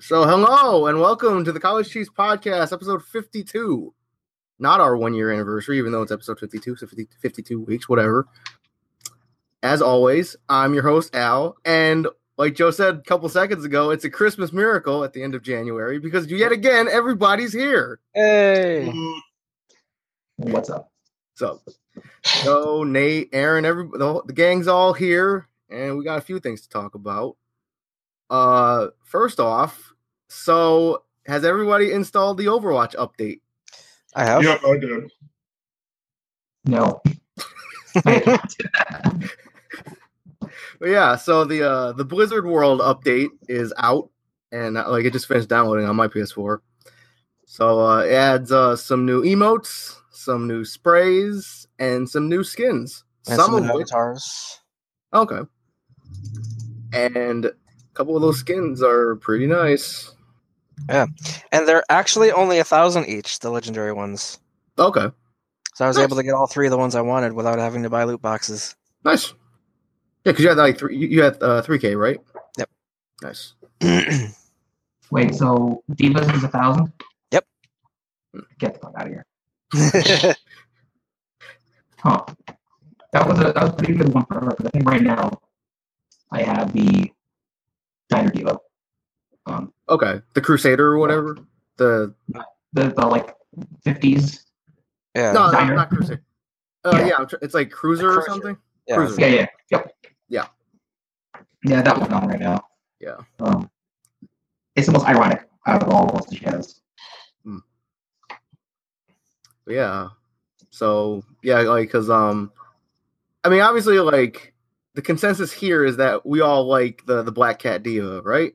So, hello and welcome to the College Chiefs Podcast, episode 52. Not our one year anniversary, even though it's episode 52, so 50, 52 weeks, whatever. As always, I'm your host, Al. And like Joe said a couple seconds ago, it's a Christmas miracle at the end of January because yet again, everybody's here. Hey. What's up? So, so Nate, Aaron, every the, whole- the gang's all here, and we got a few things to talk about. Uh, first off, so has everybody installed the Overwatch update? I have. Yep, I did. No. But yeah, so the uh, the Blizzard World update is out, and uh, like it just finished downloading on my PS4. So uh, it adds uh, some new emotes, some new sprays, and some new skins. And some some of which avatars. Okay. And a couple of those skins are pretty nice. And they're actually only a thousand each, the legendary ones. Okay. So I was Nice. able to get all three of the ones I wanted without having to buy loot boxes. Nice. Yeah, because you had like three. You you had uh, 3K, right? Yep. Nice. yeah, Wait, so Divas is a thousand? Yep. Get the fuck out of here. Huh. That was a that was a pretty good one for her, 'cause I think right now I have the Diner Diva. Um Okay. The Crusader or whatever. The the, the like fifties. no, no, Diner. not Crusader. Uh, yeah, Yeah. I'm tr- it's like Cruiser, or Cruiser. something. yeah. Cruiser. Yeah, yeah. Yep. Yeah. Yeah, that one on right now. Yeah. Um it's the most ironic out of all of the shadows. But yeah. So yeah, like because um, I mean obviously like the consensus here is that we all like the the Black Cat Diva, right?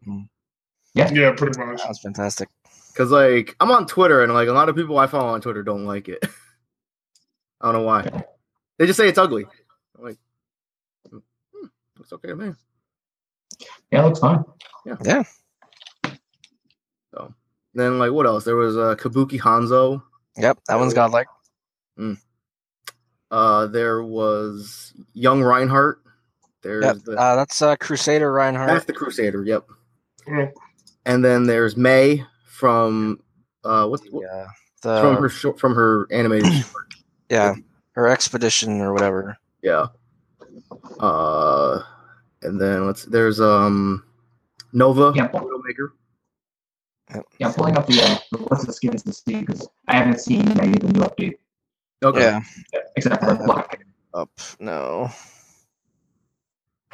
Yeah, pretty much. That was fantastic. Because like I'm on Twitter and like a lot of people I follow on Twitter don't like it. I don't know why. They just say it's ugly. I'm like, hmm, it's okay to me. Yeah, it looks fun. Then like what else? There was uh, Kabuki Hanzo. Yep, that one's godlike. Uh, there was Young Reinhardt. There's Yep. the, Uh, that's uh, Crusader that's Reinhardt. the Crusader. Yep. Mm. And then there's May from uh what, what- Yeah, uh, from her the, short, from her animated short. yeah, her expedition or whatever. Yeah. Uh, and then let's there's um Nova Yeah. Widowmaker. Yeah, I'm pulling up the, uh, the list of skins to see because I haven't seen any of the new update Okay. Yeah, except for the black. up. No.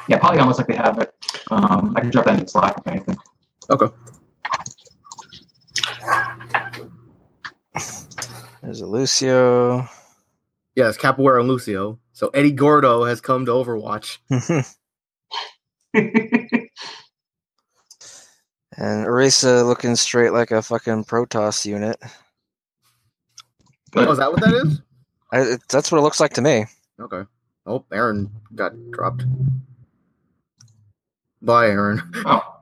Yeah, probably almost like they have it. Um, I can drop that in Slack if anything. There's a Lucio. Yeah, it's Capoeira and Lucio. So Eddie Gordo has come to Overwatch. And Orisa looking straight like a fucking Protoss unit. But Oh, is that what that is? I, it, that's what it looks like to me. Okay. Oh, Aaron got dropped. Bye, Aaron. oh,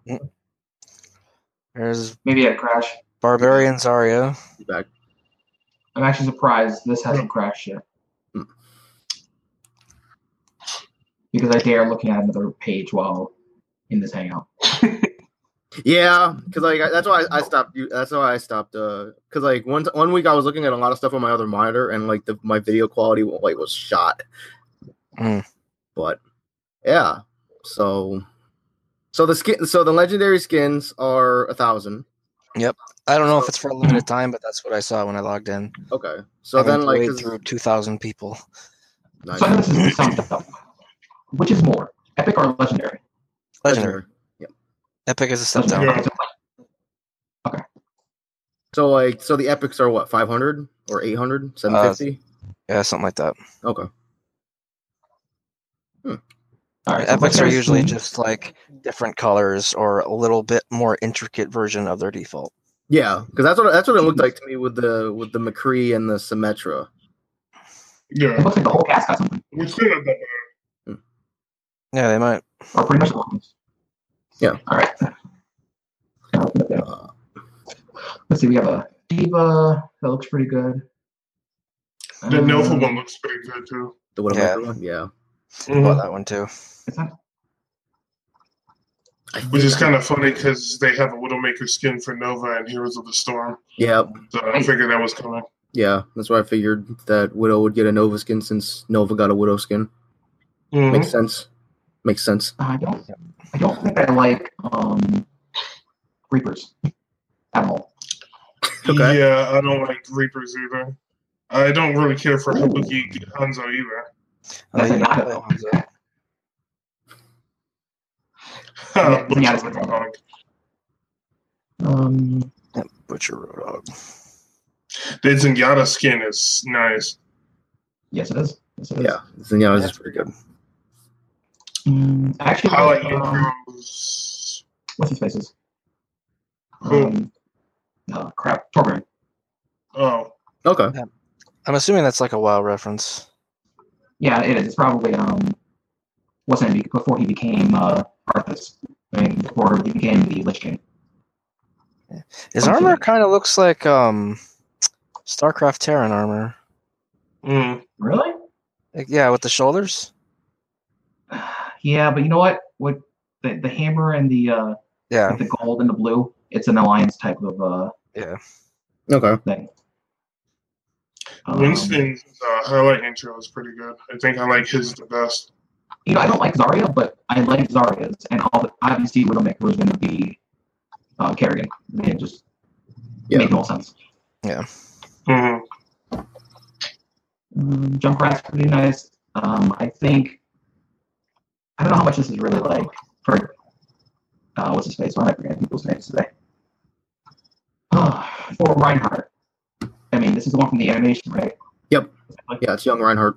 There's maybe it crashed. Barbarian Zarya. Be Back. I'm actually surprised this hasn't crashed yet. Hmm. Because I dare looking at another page while in this hangout. Yeah, because like I- that's why I, I stopped. u- That's why I stopped. Uh, because like one t- one week I was looking at a lot of stuff on my other monitor, and like the my video quality wa- like was shot. Mm. But yeah, so so the skin so the legendary skins are a thousand. I don't know if it's for a limited time, but that's what I saw when I logged in. Okay, so I went then like way 'cause- through two thousand people. nice. So I know this is some stuff. Which is more, epic or legendary? Legendary. Legendary. Epic is a step down. Legendary. Okay, so- So like so the epics are what five hundred or Uh, 800? 750? Yeah, something like that. okay. all right, so Epics are legendary usually skin- just like different colors or a little bit more intricate version of their default. Yeah, because that's what that's what it Mm. looked like to me with the with the McCree and the Symmetra. It Yeah, looks like the whole cast got something, we still have that. uh, Yeah, they might. or pretty much the whole cast. Yeah. All right. I'll open it up. Uh, Let's see, we have a diva that looks pretty good. The Nova Um, one looks pretty good too. the Mm-hmm. Widowmaker Yeah. Mm-hmm. one, yeah. Well, that one too. It's not, I Which is think- kind of funny because they have a Widowmaker skin for Nova and Heroes of the Storm. yeah, So I figured that was coming. yeah. That's why I figured that Widow would get a Nova skin since Nova got a Widow skin. Mhm. Makes sense. Makes sense. I don't. I don't think I like um, Reapers at all. Okay. Yeah, I don't like Reapers either. I don't really care for Kabuki Hanzo either. Oh, That's yeah, not that it. one's a- Yeah, Butcher yeah. Roadhog. Um, Butcher Roadhog. The Zenyatta skin is nice. yes, it is. Yes, it is. Yeah, Zenyatta's That's pretty good. Mm, I actually I like like um, Andrew's. what's his faces. Who? Um, oh crap, Torgrim. Oh, Okay. I'm assuming that's like a WoW reference. Yeah, it is. It's probably um, wasn't it before he became uh Arthas? I mean, before he became the Lich King. His Okay. armor kind of looks like um, StarCraft Terran armor. mm. Really? Like, yeah, with the shoulders. Yeah, but you know what? What the, the hammer and the uh, Yeah, the gold and the blue? It's an alliance type of uh Okay. thing. Um, Winston's uh, highlight intro is pretty good. I think I like his the best. you know, I don't like Zarya, but I like Zarya's, and all the, obviously Widowmaker was going to be uh, Kerrigan. It just Yeah. made no sense. Mhm. Um, Junkrat's pretty nice. Um, I think I don't know how much this is really like for uh, what's his face? Why am I forgetting people's names today? for Reinhardt. I mean, this is the one from the animation, right? Yep. Like, Yeah, it's young Reinhardt.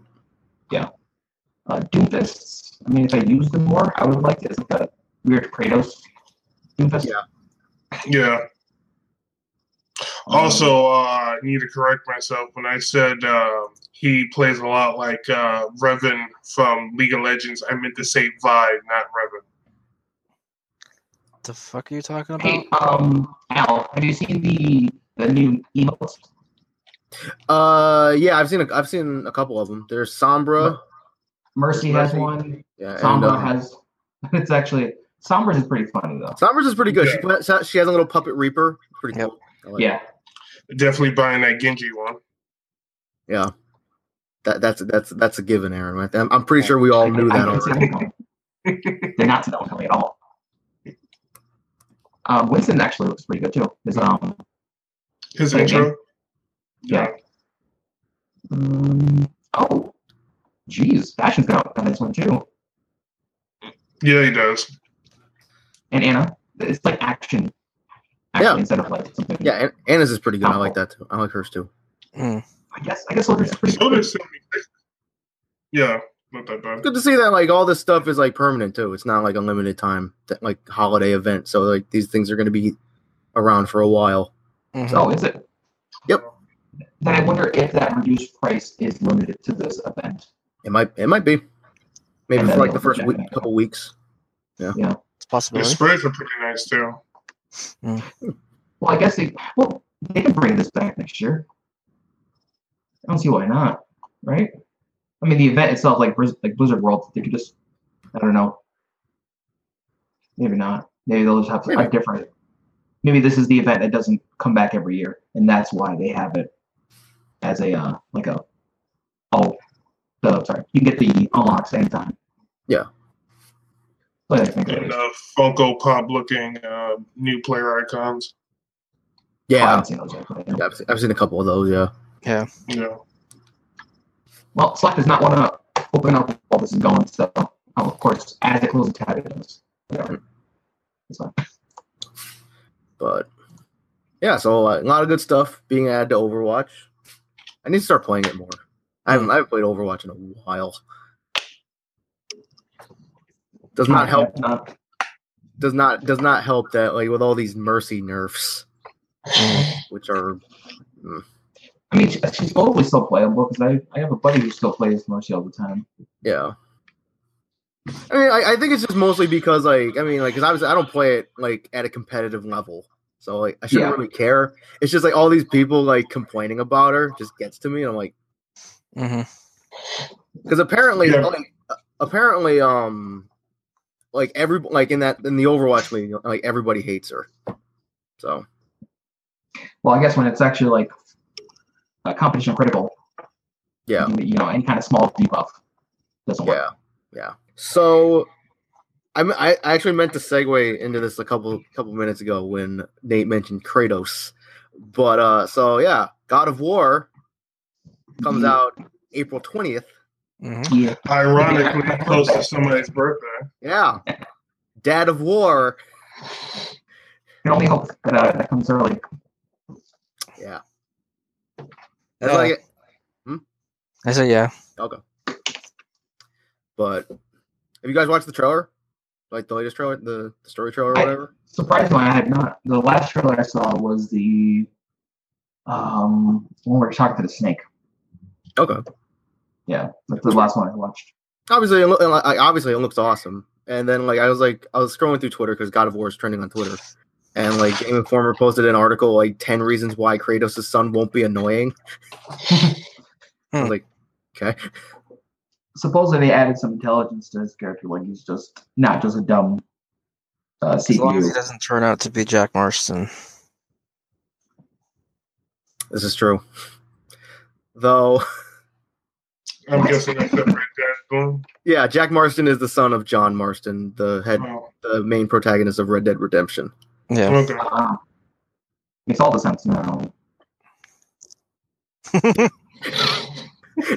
uh, Doomfists. I mean, if I used them more, I would have liked it. It's like a weird Kratos Doomfist. Yeah. Yeah. Um, Also, uh, I need to correct myself when I said uh, he plays a lot like uh, Revan from League of Legends. I meant to say Vibe, not Revan. the fuck are you talking about? Hey, um, Al, have you seen the the new emotes? Uh, yeah, I've seen a, I've seen a couple of them. There's Sombra. Mercy. Mercy has one. Yeah, and, Sombra um, has. It's actually Sombra's is pretty funny though. Sombra's is pretty good. She put, she has a little puppet reaper. Pretty Yep. cool. I like Yeah, Definitely buying that Genji one. That, that's that's that's a given, Aaron. Right? I'm, I'm pretty sure we all knew I that didn't see already. one coming. Did not see that one coming at all. Um, Winston actually looks pretty good too. His um, His Okay. intro. yeah. Um, oh, geez, Fashion's got on this one too. Yeah, he does. And Anna, it's like action, action Yeah. instead of like something. Yeah, and Anna's is pretty good. I Oh. like that too. I like hers too. Mm. I guess I guess Soldier's is pretty So good. does 76. Yeah, not that bad. Good to see that like all this stuff is like permanent too. It's not like unlimited time, that, like holiday event. So like these things are going to be around for a while. mhm. Oh, is it? Yep. Then I wonder if that reduced price is limited to this event. It might it might be maybe And for then like the they'll first check week, it out. couple weeks. It's a possibility. The spreads are pretty nice too. Well, I guess they well they can bring this back next year. I don't see why not, right? I mean, the event itself, like Blizz- like Blizzard World, they could just I don't know. Maybe not. Maybe they'll just have to Maybe. have different. Maybe this is the event that doesn't come back every year, and that's why they have it as a uh, like a oh, the, sorry, you can get the unlock same time. Yeah. But I think it And is. uh, Funko Pop looking uh, new player icons. Oh, I Yeah, haven't seen those yet, but I know. yeah I've, se- I've seen a couple of those. Yeah, Yeah. Well, Slack does not want to open up while this is going, so oh, of course, as it closes, tab it does. Whatever. It's fine. but yeah, so uh, a lot of good stuff being added to Overwatch. I need to start playing it more. I haven't, I haven't played Overwatch in a while. Does not help Not, does not does not help that like with all these mercy nerfs, Mm-hmm. which are I mean, she- she's totally still playable because I, I have a buddy who still plays Mercy all the time. yeah. I mean, I, I think it's just mostly because like I mean like because obviously I don't play it like at a competitive level, so like I shouldn't Yeah. really care. It's just like all these people like complaining about her just gets to me, and I'm like Mhm. because apparently Yeah. like, apparently um like every like in that in the Overwatch league, like everybody hates her. So Well, I guess when it's actually like uh, competition critical, yeah, you, you know, any kind of small debuff doesn't work. yeah, yeah. So I'm- I I actually meant to segue into this a couple couple minutes ago when Nate mentioned Kratos, but uh, so yeah, God of War comes out April twentieth. hmm Yeah. Ironically, close to somebody's birthday. Yeah, Dad of War. can only hope that uh, that comes early. That's Yeah. like it. I said, yeah. But have you guys watched the trailer? Like the latest trailer, the, the story trailer, or I- whatever. Surprisingly, I have not. The last trailer I saw was the um one where he talked to the snake. Okay. Yeah, that's the last one I watched. Obviously, it loo- like, obviously it looks awesome. And then like I was like I was scrolling through Twitter because God of War is trending on Twitter, and like Game Informer posted an article like ten reasons why Kratos' son won't be annoying. I was like, okay, Supposedly, they added some intelligence to his character, like he's just not just a dumb uh, As long as he CPU. doesn't turn out to be Jack Marston. this is true. Though, I'm guessing that's the right guy's doing. yeah, Jack Marston is the son of John Marston, the head, Oh, the main protagonist of Red Dead Redemption. Yeah. okay. Ah. Makes all the sense now.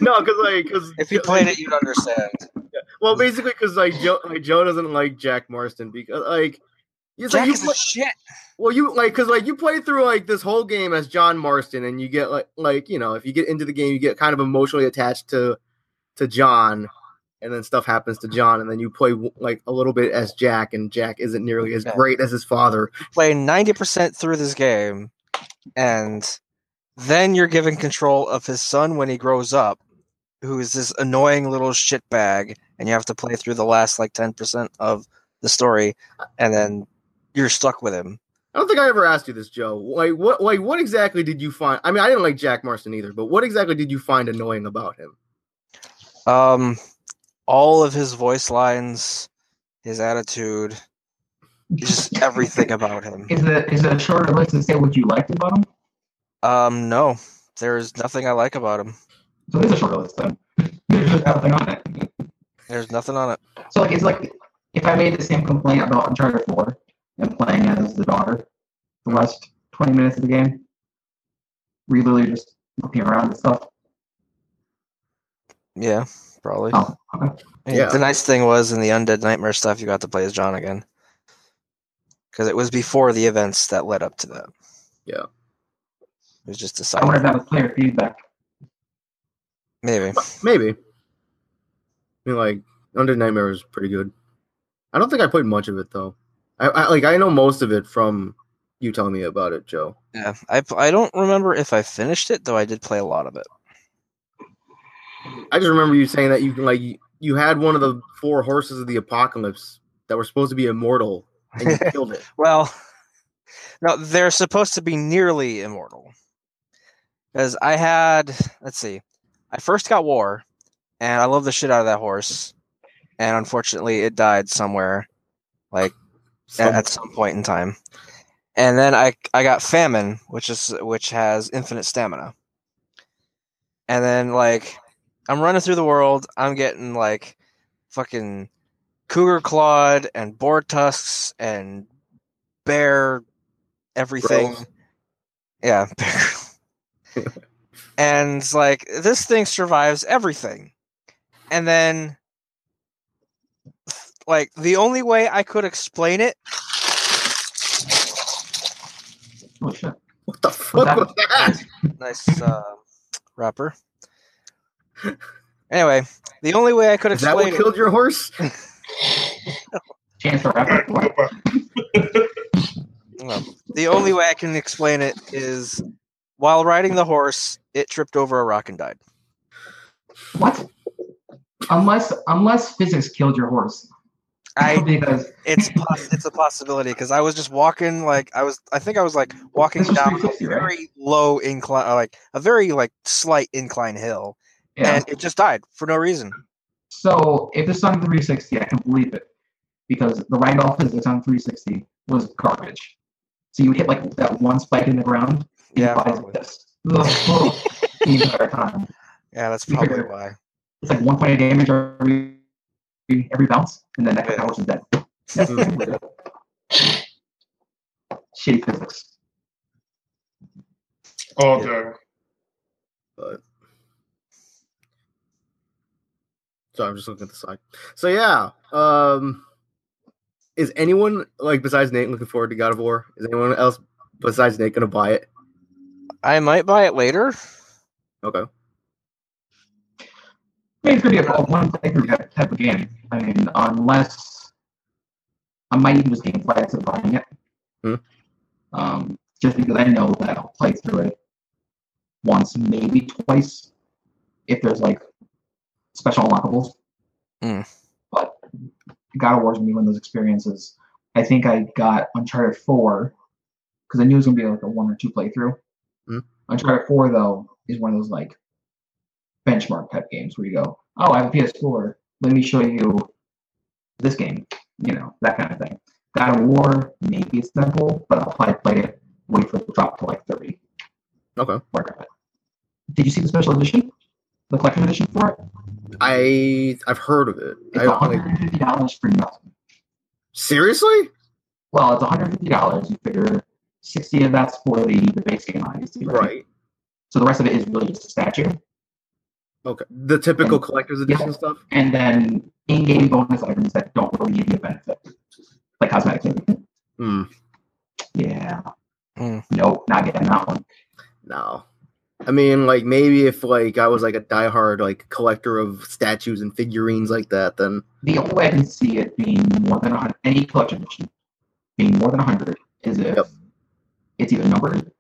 no, because like, cause, If you played it, you'd understand. Well, basically, because like Joe, like Joe doesn't like Jack Marston because like, he's like Jack you is play- a shit. well, you like because like you play through like this whole game as John Marston, and you get like like you know if you get into the game, you get kind of emotionally attached to to John, and then stuff happens to John, and then you play like a little bit as Jack, and Jack isn't nearly as Yeah. great as his father. play 90% through this game and then you're given control of his son when he grows up who is this annoying little shitbag and you have to play through the last like 10% of the story and then you're stuck with him I don't think I ever asked you this, Joe. Like what like what exactly did you find? I mean, I didn't like Jack Marston either, but what exactly did you find annoying about him? um all of his voice lines his attitude just everything about him Is it is it a shorter list to say what you liked about him? um no there's nothing i like about him So it is a shorter list then. There's just nothing on it. there's nothing on it So like it's like if I made the same complaint about Uncharted 4 and playing as the daughter the last 20 minutes of the game, were you literally just looking around and stuff? yeah probably Oh, okay. And Yeah. The nice thing was in the Undead Nightmare stuff, you got to play as John again. Because it was before the events that led up to that. Yeah. It was just a I wonder if side. that was player feedback. Maybe. Maybe. I mean, like Under Nightmare was pretty good. I don't think I played much of it though. I, I like I know most of it from you telling me about it, Joe. Yeah. I, p- I don't remember if I finished it, though I did play a lot of it. I just remember you saying that you like you- you had one of the four horses of the apocalypse that were supposed to be immortal and you killed it. Well, no, they're supposed to be nearly immortal. Because I had, let's see, I first got War, and I love the shit out of that horse. And unfortunately, it died somewhere. Like, Some- at, at some point in time. And then I I got famine, which is which has infinite stamina. And then like I'm running through the world, I'm getting like fucking cougar clawed and boar tusks and bear everything. Grylls. Yeah, bear. Grylls. and it's like this thing survives everything. And then like the only way I could explain it Oh shit. what the fuck was that? nice uh, rapper. Anyway, the only way I could Is that explain what it, killed your horse? Chance for rapper. What? well, the only way I can explain it is while riding the horse, it tripped over a rock and died. What? Unless unless physics killed your horse. I because it's poss- it's a possibility because I was just walking like I was I think I was like walking This was down a 360, right? very low incline like a very like slight incline hill yeah. and it just died for no reason. so if it's on 360, I can believe it. because the Randolph physics on 360 was garbage. So you hit like that one spike in the ground, and Yeah, your body's probably. like this the entire time. Yeah, that's You probably figure- why. It's like one point of damage every every bounce, and then that Yeah. house is dead. That's literally it. Shitty physics. all Yeah. day. So I'm just looking at the side. So yeah, um, is anyone like besides Nate looking forward to God of War? Is anyone else besides Nate gonna buy it? I might buy it later. Okay. I mean, it's gonna be a a one playthrough type- type of game. I mean, unless I might even just game flags of buying it. Hmm. Um, just because I know that I'll play through it once, maybe twice, if there's like special unlockables. Hmm. But God of War's gonna be one of those experiences. I think I got Uncharted Four because I knew it was gonna be like a one or two playthrough. Hmm. Uncharted Four though is one of those like benchmark type games where you go, oh, I have a PS4. Let me show you this game. You know, that kind of thing. God of War, maybe it's simple, but I'll probably play it, wait for it to drop to like 30. Okay. Work on it. Did you see the special edition? The collection edition for it? I I've heard of it. It's I don't like, $150 for nothing. seriously? Well, it's $150. You figure 60 of that's for the, the base game, obviously. Right? Right. So the rest of it is really just a statue. Okay. The typical Yeah. collector's edition stuff. And then in game bonus items that don't really give you a benefit, like cosmetics. Hmm. Yeah. Hmm. Nope, not getting that one. No. I mean, like maybe if like I was like a diehard like collector of statues and figurines like that, then The only way I can see it being more than a hundred, any collection edition being more than a hundred is if Yep. it's either numbered,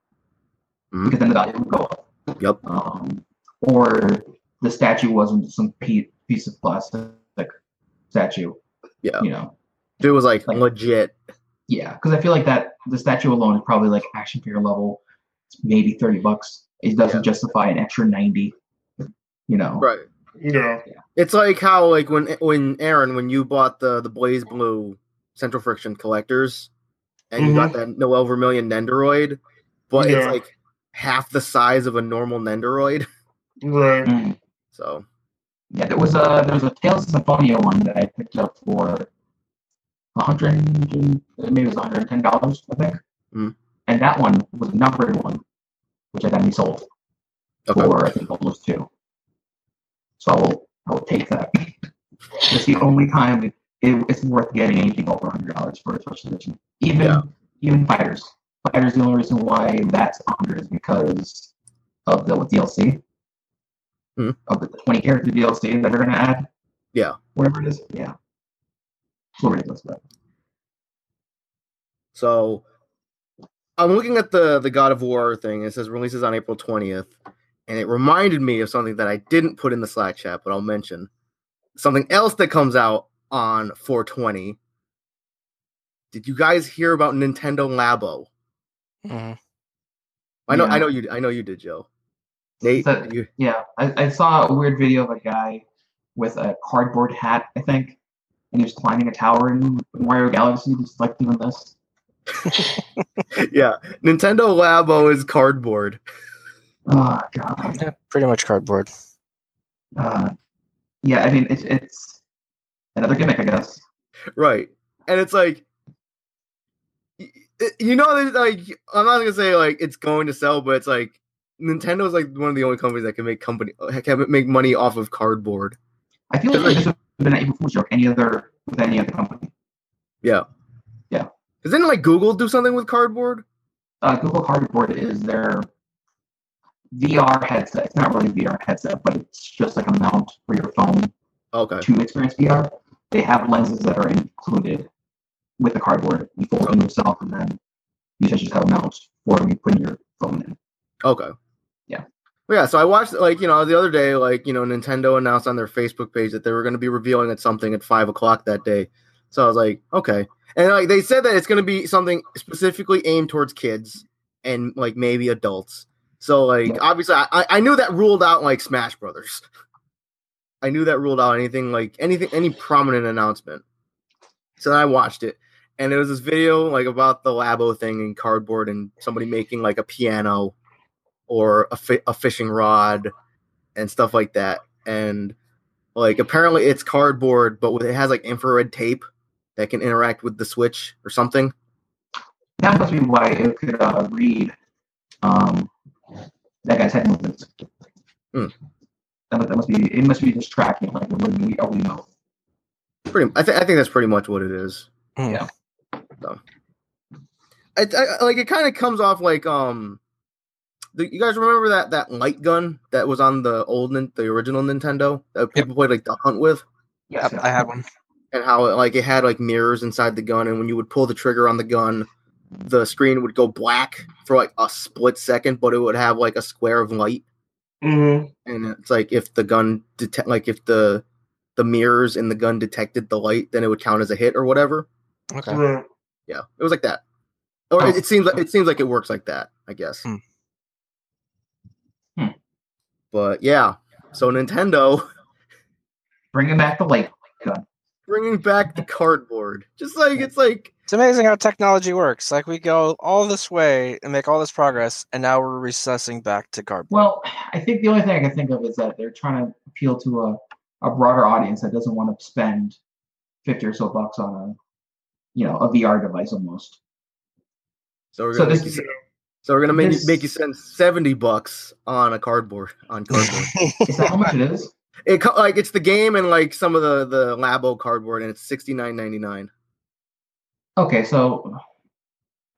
Mhm. because then the value would go up. Yep. Um, or the statue wasn't some pe- piece of plastic statue. Yeah. You know. if it was like Like- legit. Yeah, because I feel like that the statue alone is probably like action figure level, maybe thirty bucks. It doesn't Yeah. justify an extra ninety. You know. Right. Yeah. It's like how like when when Aaron when you bought the the Blaze Blue Central Friction collectors, and you Mm-hmm. got that Noel Vermillion Nendoroid, but it's Yeah. like half the size of a normal Nendoroid. Right. Mm. So Yeah, there was a there was a Tales of Symphonia one that I picked up for a hundred and- maybe it was hundred and ten dollars, I think. Mm. And that one was a numbered one, which I then sold okay. for I think almost two. So I will I will take that. it's the only time it, it- it's worth getting anything over hundred dollars for a special edition. Even Yeah. even fighters. Fighters the only reason why that's hundred is because of the DLC. Mhm. Of the twenty character DLC that they're gonna add. Yeah. Whatever it is. Yeah. It's what it is, but- So I'm looking at the the God of War thing. It says releases on April 20th, and it reminded me of something that I didn't put in the Slack chat, but I'll mention something else that comes out on 420. Did you guys hear about Nintendo Labo? Mhm. I know, Yeah. I know you, I know you did, Joe. Nate, So- did you, Yeah, I, I saw a weird video of a guy with a cardboard hat, I think, and he was climbing a tower in Mario Galaxy, just like doing this. yeah, Nintendo Labo is cardboard. Oh god. Yeah, pretty much cardboard. Uh, yeah, I mean it's it's another gimmick, I guess. right and it's like y- y- you know there's, like i'm not gonna say like it's going to sell but it's like nintendo's like one of the only companies that can make company can make money off of cardboard I feel like this would have been an April Fool's joke any other with any other company. because didn't like google do something with cardboard Uh, Google Cardboard is their VR headset. It's not really VR headset, but it's just like a mount for your phone okay to experience VR, they have lenses that are included with the cardboard. You fold them yourself, and then you just have a mouse for you put your phone in. okay Yeah. But yeah so i watched like you know the other day like you know nintendo announced on their facebook page that they were going to be revealing at something at five o'clock that day so i was like okay and like they said that it's going to be something specifically aimed towards kids and like maybe adults so like Yeah. obviously I- i i knew that ruled out like smash brothers i knew that ruled out anything like anything any prominent announcement So I watched it, and it was this video like about the Labo thing and cardboard and somebody making like a piano or a, fi- a fishing rod and stuff like that. And like apparently it's cardboard, but with, it has like infrared tape that can interact with the switch or something. That must be why it could uh, read um, that guy's head movements. Hmm. That, must- that must be. It must be just tracking like when we already know. Pretty, I, th- I think that's pretty much what it is. Hmm. Yeah. So, I, I- like it kind of comes off like um, the, you guys remember that that light gun that was on the old Nin- the original Nintendo that people played like Duck Hunt with, Yes, Yep, I had one. and how it, like it had like mirrors inside the gun, and when you would pull the trigger on the gun, the screen would go black for like a split second, but it would have like a square of light. Mm-hmm. and it's like if the gun detect like if the the mirrors in the gun detected the light then it would count as a hit or whatever Okay. Right. yeah it was like that or it, Oh. it seems like it seems like it works like that i guess Hmm. Hmm. but yeah so nintendo Bringing back the light gun. bringing back the cardboard just like it's like It's amazing how technology works. Like we go all this way and make all this progress, and now we're recessing back to cardboard. Well, I think the only thing I can think of is that they're trying to appeal to a, a broader audience that doesn't want to spend fifty or so bucks on a, you know, a VR device almost. so we're So gonna make this you, is- se- so we're gonna make, this- make you spend 70 bucks on a cardboard on cardboard Is that how much it is? it co- like it's the game and like some of the the labo cardboard and it's 69.99 Okay, so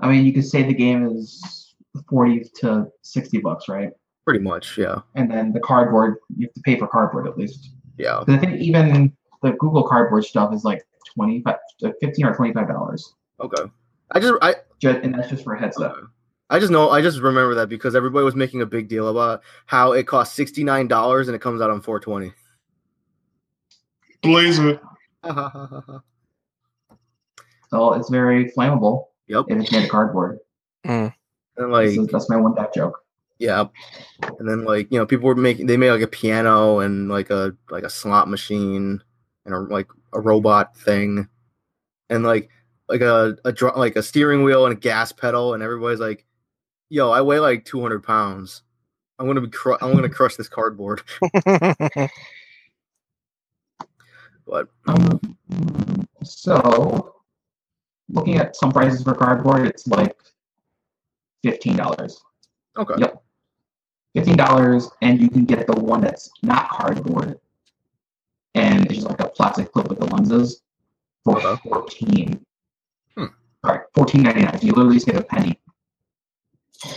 I mean, you could say the game is forty to sixty bucks, right? pretty much yeah And then the cardboard, you have to pay for cardboard at least. Yeah. 'Cause I think even the Google Cardboard stuff is like twenty five, fifteen or twenty five dollars, Okay. I just I just, and that's just for a headset. I just know I just remember that because everybody was making a big deal about how it costs sixty nine dollars and it comes out on four twenty. Blaze it. yep. So it's very flammable if it's made of cardboard. And like so that's my one dad joke. yeah. And then like you know people were making they made like a piano and like a like a slot machine and a like a robot thing and like like a a dr- like a steering wheel and a gas pedal and everybody's like, yo, I weigh like two hundred pounds. I'm gonna be cru- I'm gonna crush this cardboard. But Um, so looking at some prices for cardboard, it's like fifteen dollars. okay. Fifteen dollars, and you can get the one that's not cardboard, and it's just like a plastic clip with the lenses for Okay. fourteen. Uh-huh. Hmm. Sorry, fourteen ninety nine. You literally just get a penny.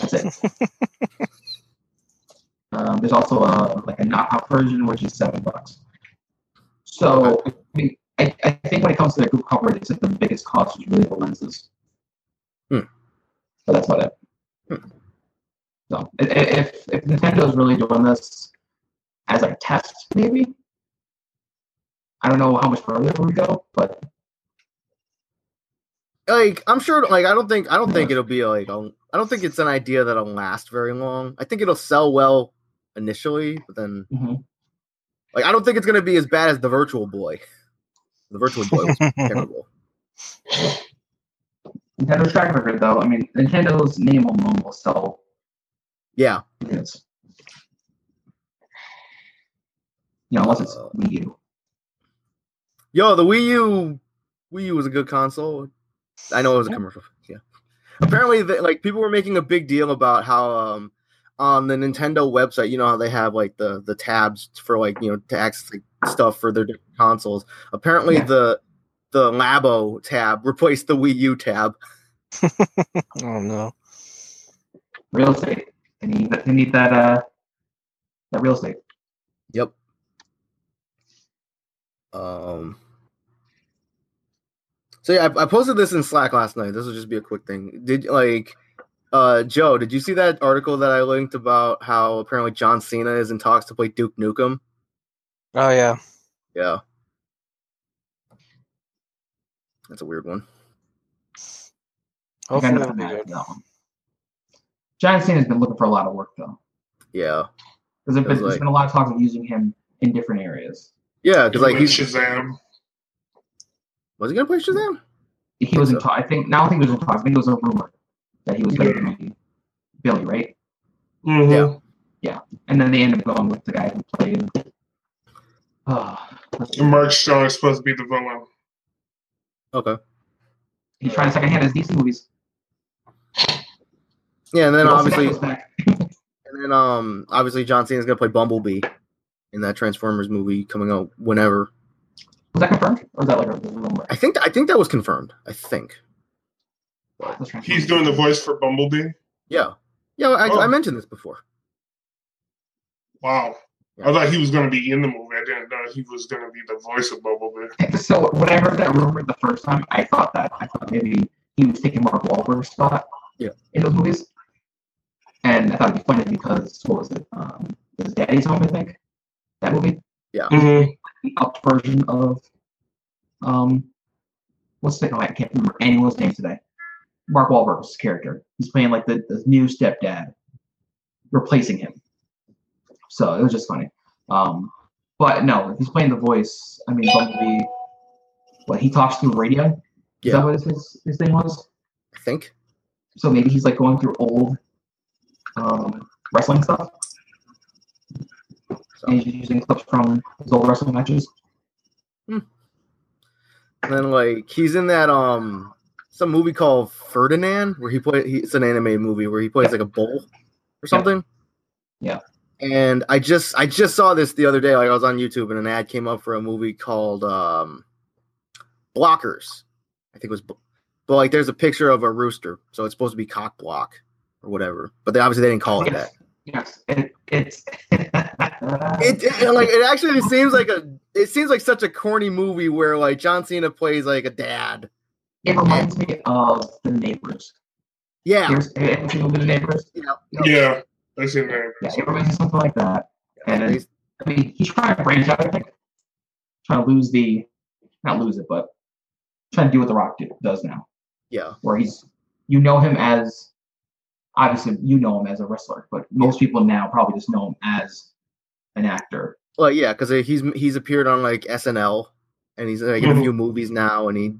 That's it. um, there's also a like a knockoff version, which is seven bucks. So I, mean, I, I think when it comes to the group cover, they said the biggest cost is really the lenses. Hmm. But that's about it. So i- i- if if Nintendo is really doing this as a test, maybe I don't know how much further we go, but like I'm sure like I don't think I don't think it'll be like a, I don't think it's an idea that'll last very long. I think it'll sell well initially, but then Mhm. like I don't think it's gonna be as bad as the Virtual Boy. The Virtual Boy was terrible. Nintendo's track record, though, I mean, Nintendo's name alone will sell Yeah, units. You know, unless it's Uh, Wii U. yo, the Wii U Wii U was a good console. I know it was a commercial. Yeah, apparently, the, like people were making a big deal about how um on the Nintendo website, you know how they have like the the tabs for like you know to access like, stuff for their different consoles. Apparently, Yeah. the the Labo tab replaced the Wii U tab. oh no. Real estate. They need, that- they need that uh that real estate. Yep. Um. So yeah, I, I posted this in Slack last night. This will just be a quick thing. Did like, uh, Joe? Did you see that article that I linked about how apparently John Cena is in talks to play Duke Nukem? Oh yeah. Yeah. That's a weird one. I got Hopefully it'll nothing be to add good. to that one. John Cena's been looking for a lot of work though. Yeah. There's been, Sounds there's like- been a lot of talks of using him in different areas. Yeah, because like he's Shazam. Was he gonna play Shazam? He was in talk. I think now I think it was in talks. I think it was a rumor that he was going to be Billy, right? Mhm. Yeah. And then they ended up going with the guy who played. Uh, let's see. And Mark Strong is supposed to be the villain. Okay. he's trying to secondhand his DC movies. Yeah, and then He also obviously, got those back. and then um, obviously John Cena's gonna play Bumblebee in that Transformers movie coming out whenever. was that confirmed or is that like a rumor? I think I think that was confirmed. I think. Let's try and- He's doing the voice for Bumblebee. Yeah. Yeah. I, Oh. I mentioned this before. Wow. I thought he was going to be in the movie. I didn't know he was going to be the voice of Bumblebee. So when I heard that rumor the first time, I thought that I thought maybe he was taking Mark Wahlberg's spot. Yeah. In those movies, and I thought it'd be funny because what was it? Um, it was Daddy's Home, I think. That movie, Mm-hmm. the upped version of um, what's the? Oh, I can't remember anyone's name today. Mark Wahlberg's character. He's playing like the, the new stepdad, replacing him. So it was just funny. Um, but no, he's playing the voice. I mean, Bumblebee. What he talks through radio. Is that Yeah. what his, his his thing was? I think. So maybe he's like going through old um, wrestling stuff, So. and he's using clips from his old wrestling matches. And then like he's in that um some movie called Ferdinand where he play he, it's an anime movie where he plays like a bull or something. Yeah. And I just I just saw this the other day. Like I was on YouTube and an ad came up for a movie called um Blockers. I think it was Bl- but like there's a picture of a rooster, so it's supposed to be cock block or whatever. But they obviously they didn't call it that. Yes, yes, it, it's It, it like it actually seems like a it seems like such a corny movie where like John Cena plays like a dad. It reminds me of the neighbors. Yeah. There's a little bit of neighbors. You know, Yeah, that's in there. Yeah, it reminds me of something like that. And they- then, I mean, he's trying to branch out. I think trying to lose the, not lose it, but trying to do what the Rock do, does now, yeah. where he's you know him as obviously you know him as a wrestler, but most people now probably just know him as an actor. Well, yeah, because he's he's appeared on like SNL, and he's like Mm-hmm. in a few movies now, and he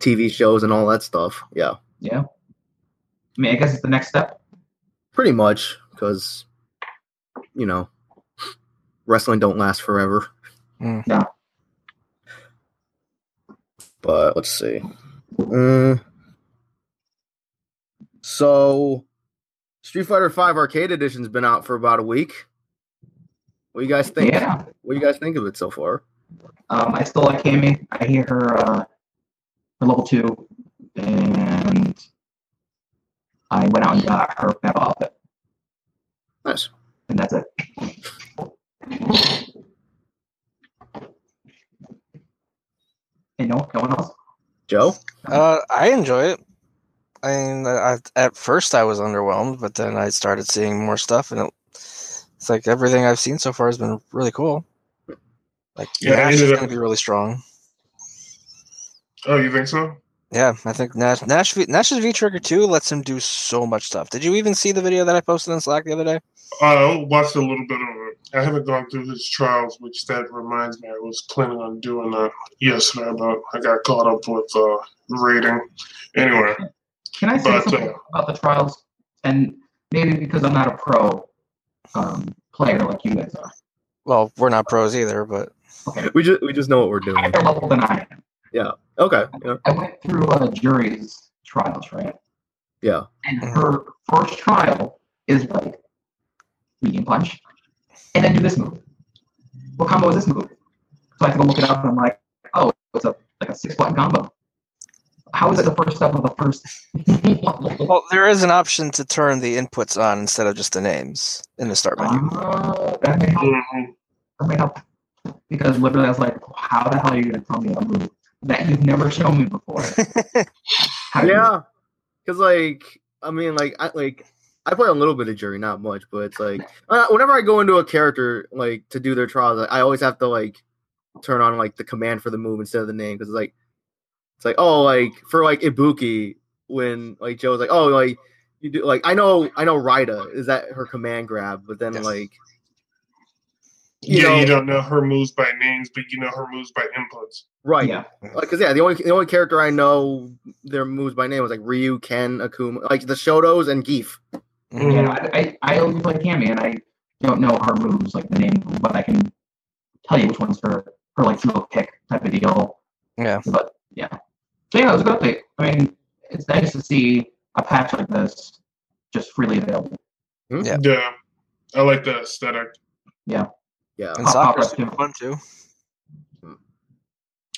TV shows and all that stuff. Yeah, Yeah. I mean, I guess it's the next step. pretty much, because you know, wrestling don't last forever. Mm. No. But let's see. Uh, so, Street Fighter Five Arcade Edition's been out for about a week. What do you guys think? Yeah. What do you guys think of it so far? Um, I still like Cammy. I hear her uh, her level two, and I went out and got her battle outfit, Nice. and that's it. And no, no one else. Joe? Uh, I enjoy it. I mean, uh, I, at first I was underwhelmed, but then I started seeing more stuff, and it, it's like everything I've seen so far has been really cool. Like, Yeah, I Nash is ended up- going to be really strong. Oh, you think so? Yeah, I think Nash, Nash, v, Nash's V Trigger Two lets him do so much stuff. Did you even see the video that I posted on Slack the other day? Uh, I watched a little bit of it. I haven't gone through his trials, which that reminds me, I was planning on doing that yesterday, but I got caught up with uh, rating. Anyway, Can I say But, something uh, about the trials? And maybe because I'm not a pro um, player like you guys are, Well, we're not pros either, but We just we just know what we're higher doing. level than I am. Okay. Yeah. I went through uh, jury's trials, right? yeah. and Mhm. her first trial is like medium punch, and then do this move. What combo is this move? So I have to go look it up, and I'm like, oh, it's a like a six button combo. How is it the first step of the first? well, there is an option to turn the inputs on instead of just the names in the start menu. Ah, that may help. mhm. That may help. Because literally, I was like, how the hell are you gonna tell me a move that you've never shown me before? How do you- Yeah. Cause like I mean like I like I play a little bit of jury, not much, but it's like uh, whenever I go into a character like to do their trials, like, I always have to like turn on like the command for the move instead of the name because like it's like oh like for like Ibuki when like Joe's like oh like you do like I know I know Rida is that her command grab, but then Yes. like You yeah, know- you don't know her moves by names, but you know her moves by inputs. Right. Yeah. Like, cause yeah, the only the only character I know their moves by name was like Ryu, Ken, Akuma, like the Shotos and Geef. Mm-hmm. Mhm. Mhm. Yeah, I, I, I only play Cammy and I don't know her moves, like the name, but I can tell you which one's her, her like little kick type of deal. Yeah. But yeah. So yeah, it was a good update. I mean, it's nice to see a patch like this just freely available. Yeah. Yeah, I like the aesthetic. Yeah. And Pop, pop, soccer's pop, super too. fun too.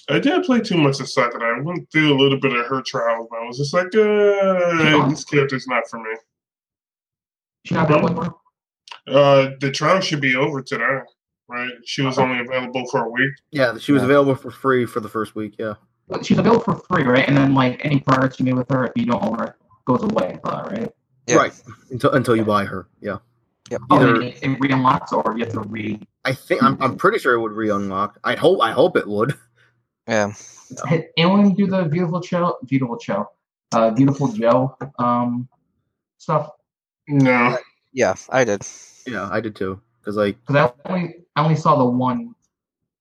I didn't play too much of soccer. I went through a little bit of her trials, but I was just like, uh, this character's not for me. She not got one more? Uh, the trial should be over today, right? She was only available for a week. Yeah, she was Yeah. available for free for the first week. Yeah. Well, She's available for free, right? And then like any progress you made with her, if you don't own her, goes away, uh, right? Yeah. Right. Until until you buy her. Yeah. Yep. Oh, Either and it, it re-unlocks or you have to re. I think I'm, I'm pretty sure it would re-unlock. I hope I hope it would. Yeah. Did anyone do the beautiful show? Beautiful show. Uh, beautiful Joe. Um, stuff No, Yeah, I did. Yeah, I did too. Cause like because I only I only saw the one.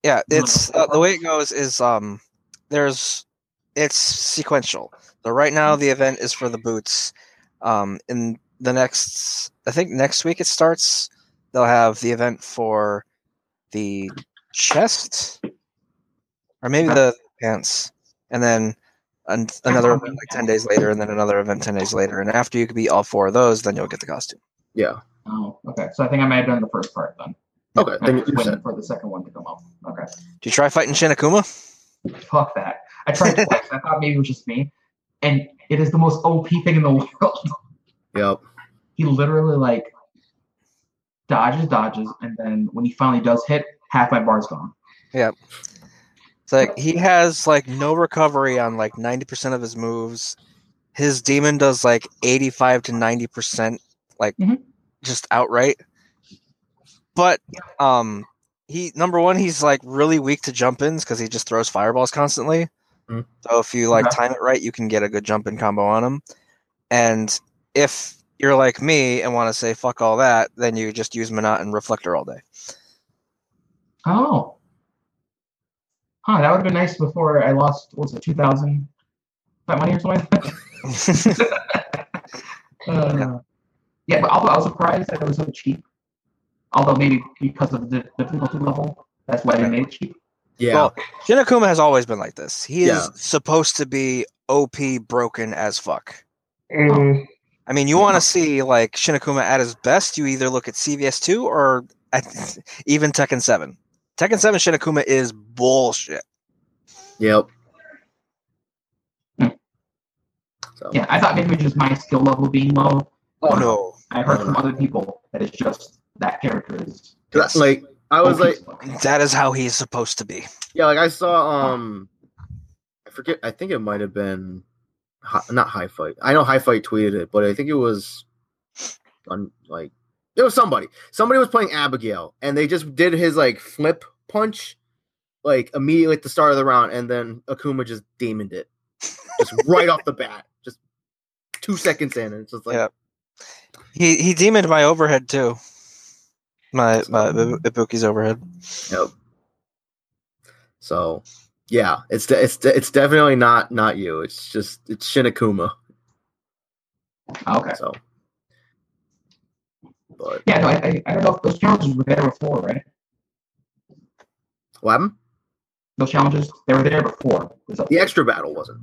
Yeah, No. it's uh, the way it goes is um there's it's sequential. So right now the event is for the boots. Um in the next I think next week it starts. They'll have the event for the chest or maybe the pants and then an- another event like 10 days later and then another event 10 days later and after you can be all four of those then you'll get the costume. yeah. Oh, okay. So I think I might have done the first part then. Okay. I'm Then you're waiting set. for the second one to come up. Okay. Do you try fighting Shinakuma? Fuck that. I tried twice. I thought maybe it was just me, and it is the most OP thing in the world. Yep. He literally like dodges, dodges, and then when he finally does hit, half my bar's gone. It's like he has like no recovery on like 90% of his moves. His demon does like 85 to 90% like Mhm. just outright. But um he number 1 he's like really weak to jump ins cuz he just throws fireballs constantly. Mhm. So if you like Okay. time it right, you can get a good jump in combo on him. And if you're like me and want to say fuck all that, then you just use Monat and Reflector all day. Oh. Huh, that would have been nice before I lost, what was it, 2000 that money or something? uh, yeah. Yeah. but although I was surprised that it was so cheap. Although maybe because of the difficulty level, that's why they Yeah. made it cheap. Yeah. Well, Shinakuma has always been like this. He Yeah. is supposed to be OP broken as fuck. Mm, I mean, you want to see like Shinakuma at his best, you either look at CVS 2 or at, even Tekken 7. Tekken 7 Shinakuma is bullshit. yep. Hmm. So Yeah, I thought maybe it was just my skill level being low. Oh no. I heard No, from no. other people that it's just that character is. 'Cause I- like I was like That is how he's supposed to be. Yeah, like I saw. Um, I forget. I think it might have been Hi- not High Fight. I know High Fight tweeted it, but I think it was on like it was somebody. Somebody was playing Abigail, and they just did his like flip punch, like immediately at the start of the round, and then Akuma just demoned it, just right off the bat, just two seconds in, and it's just like Yeah. He he demoned my overhead too. My my Ibuki's overhead. Yep. So, yeah, it's de- it's de- it's definitely not not you. It's just it's Shinakuma. okay. So, but Yeah, no, I, I, I don't know if those challenges were there before, right? what happened? Those challenges, they were there before. This The update. extra battle wasn't.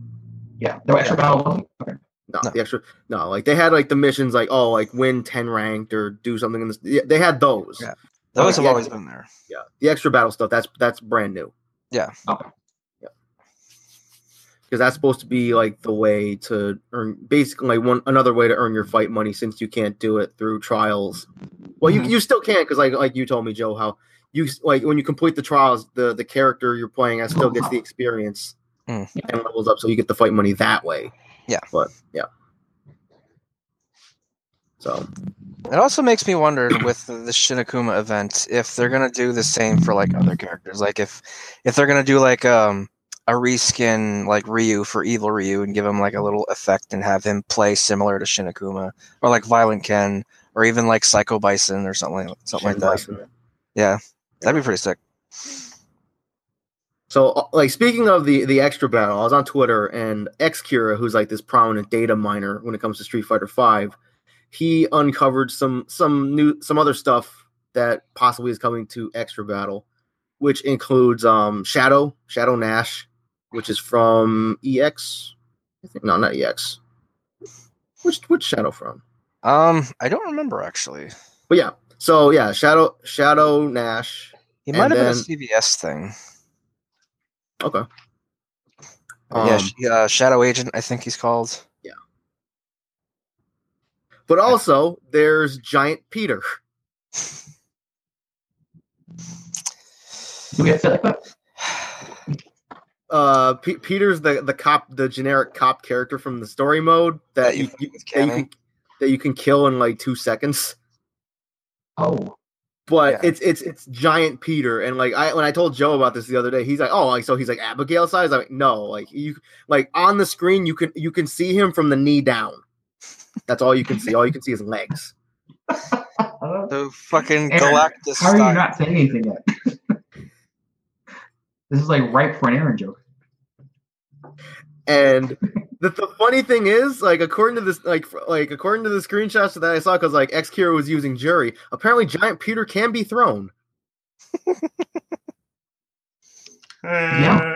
Yeah, the extra battle wasn't. Okay. No, No. the extra no, like they had like the missions, like oh, like win ten ranked or do something in this. yeah, They had those. Oh, Yeah. Those Okay. have always been there. Yeah, the extra battle stuff. That's that's brand new. Yeah. Okay. Yeah. Because that's supposed to be like the way to earn, basically like, one another way to earn your fight money since you can't do it through trials. Well, Mhm. you you still can't because like like you told me, Joe, how you s- like when you complete the trials, the the character you're playing as still gets the experience Mm. and levels up, so you get the fight money that way. Yeah. but yeah. So It also makes me wonder with the, the Shinakuma event if they're gonna do the same for like other characters. Like if if they're gonna do like um a reskin like Ryu for Evil Ryu and give him like a little effect and have him play similar to Shinakuma or like Violent Ken or even like Psycho Bison or something like, something like that. Shinbison. Yeah. That'd be pretty sick. So, uh, like, speaking of the the extra battle, I was on Twitter and X Kira, who's like this prominent data miner when it comes to Street Fighter Five, he uncovered some some new some other stuff that possibly is coming to extra battle, which includes um Shadow Shadow Nash, which is from EX. I think no, not EX. Which which Shadow from? Um, I don't remember actually. But yeah, so yeah, Shadow Shadow Nash. He And might have then- been a CVS thing. Okay. yeah, Um, sh- yeah, Shadow Agent, I think he's called. But also, there's Giant Peter. Do we have to like that? Uh, P- Peter's the the cop, the generic cop character from the story mode that you, fuck you- with that you Cammy. can that you can kill in like two seconds. Oh, But Yeah. it's it's it's Giant Peter, and like I when I told Joe about this the other day, he's like, oh, like so he's like Abigail size. I'm like, no, like you like on the screen you can you can see him from the knee down. That's all you can see. All you can see is legs. uh, The fucking Aaron, Galactus how are style. you not saying anything yet? this is like ripe for an Aaron joke. And the, the funny thing is, like according to this, like fr- like according to the screenshots that I saw, because like X Kira was using jury. Apparently, Giant Peter can be thrown. Oh. Eh,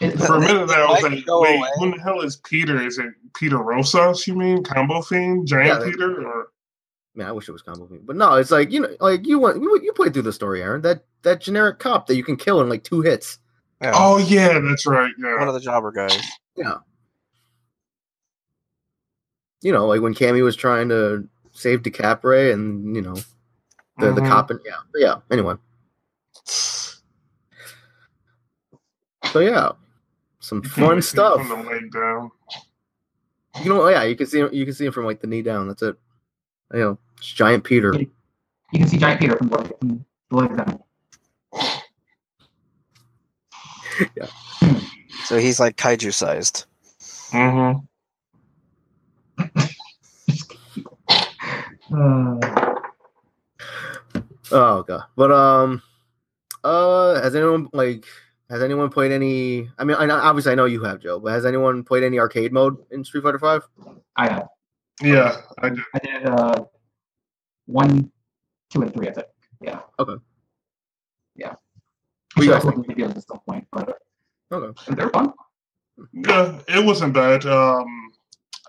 It- For a minute, there, I was Might like, go wait, away. who the hell is Peter? Is it Peter Rosas, you mean? Combo Fiend? Giant Yeah, they- Peter? Or Man, I wish it was combo fiend, but no, it's like you know, like you went you, you played through the story, Aaron. That that generic cop that you can kill in like two hits. Yeah, Oh, yeah, that's right. one Yeah. of the jobber guys. You know, like when Cammy was trying to save DiCaprio, and you know the the Mhm. cop, and yeah, but yeah. Anyway, so yeah, some fun stuff. From the leg down. You know, yeah, you can see him- you can see him from like the knee down. That's it. You know, it's Giant Peter. You can see Giant Peter from the, from the leg down. So he's like kaiju sized. Mm-hmm. Uh, Oh god. But um uh has anyone like has anyone played any I mean I know- obviously I know you have Joe, but has anyone played any arcade mode in Street Fighter 5? I have. Yeah, I did. I did uh, one, two, and three. I think. Yeah. Okay. Yeah. What do you Sure, guys I'll think? look at videos at some point, but Okay. they're fun. Yeah, it wasn't bad. Um,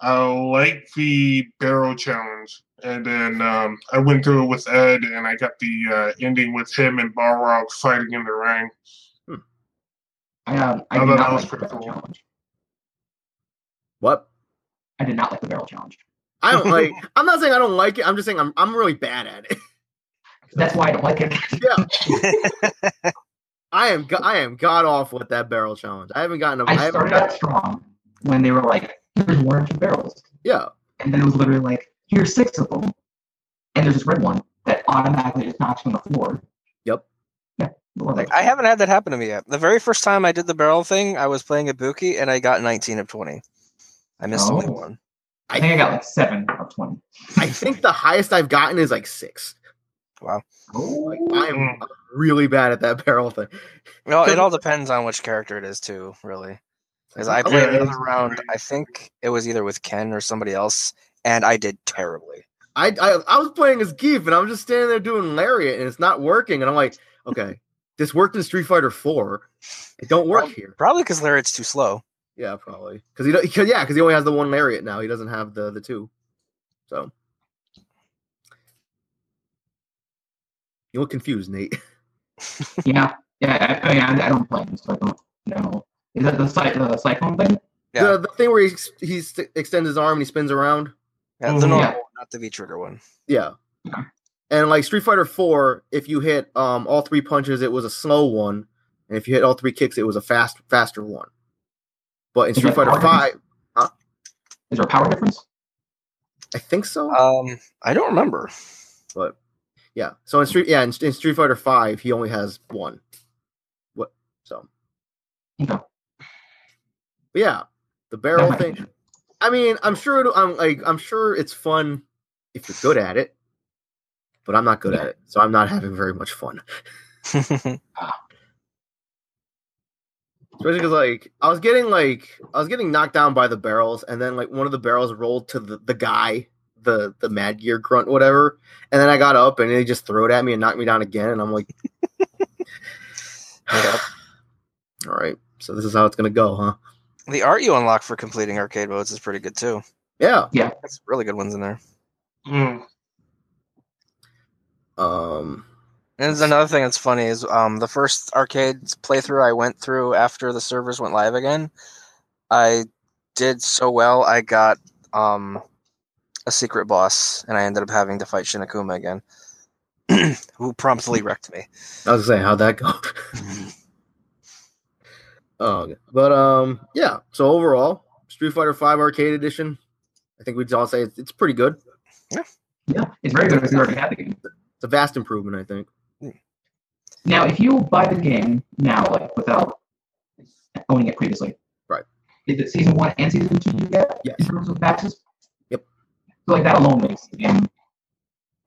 I like the barrel challenge, and then um, I went through it with Ed, and I got the uh, ending with him and Balrog fighting in the ring. I uh, I Oh, that did not was like the pretty barrel cool. challenge. What? I did not like the barrel challenge. I don't like I'm not saying I don't like it. I'm just saying I'm I'm really bad at it. That's why I don't like it. yeah. I am go- I am god awful at that barrel challenge. I haven't gotten a I I haven't started out strong when they were like, "Here's one or two barrels," yeah. and then it was literally like, "Here's six of them," and there's this red one that automatically just knocks you on the floor. Yep. Yeah. love Like it. I haven't had that happen to me yet. The very first time I did the barrel thing, I was playing a Buki and I got 19 of 20. I missed only Oh. one. I think I got like seven of twenty. I think the highest I've gotten is like 6. Like I am Mm. really bad at that barrel thing. Well, it all depends on which character it is too, really. Because I Okay. played Yeah, another it's- round. I think it was either with Ken or somebody else, and I did terribly. I, I I was playing as Geef and I'm just standing there doing lariat and it's not working and I'm like, okay, this worked in Street Fighter Four, it don't work here. Probably because Lariat's too slow. Yeah, probably because he don't, cause, yeah because he only has the one lariat now. He doesn't have the the two. So you look confused, Nate. Yeah, yeah. I, I mean, I, I don't play them, so I don't know. Is that the cy- the cyclone thing? Yeah. The, the thing where he ex- he st- extends his arm and he spins around. Yeah, the Mhm. normal, Mm-hmm. Yeah. not the V trigger one. Yeah. Okay. And like Street Fighter Four, if you hit um all three punches, it was a slow one, and if you hit all three kicks, it was a fast faster one. But in Is Street that Fighter power Five, Is there a power difference? I think so. Um, I don't remember. But yeah, so in Street, yeah, in, in Street Fighter Five, he only has one. What? So, Okay. but yeah, the barrel Never mind. thing. I mean, I'm sure. It, I'm like, I'm sure it's fun if you're good at it. but I'm not good at it, so I'm not having very much fun. Especially because like I was getting like I was getting knocked down by the barrels, and then like one of the barrels rolled to the, the guy, the the Mad Gear grunt, whatever, and then I got up and they just threw it at me and knocked me down again, and I'm like, Yep. all right, so this is how it's gonna go, huh? the art you unlock for completing arcade modes is pretty good too. Yeah. That's really good ones in there. Mm. Um. And there's another thing that's funny is um, the first arcade playthrough I went through after the servers went live again, I did so well I got um, a secret boss and I ended up having to fight Shinakuma again, who promptly wrecked me. I was gonna say how'd that go? oh, but um, yeah. So overall, Street Fighter Five Arcade Edition, I think we'd all say it's, it's pretty good. Yeah, it's very good if you already have the game. It's a vast improvement, I think. Now, if you buy the game now, like without owning it previously, Right. Is it season one and season two you get Yes. in terms of taxes? Yep. So like that alone makes the game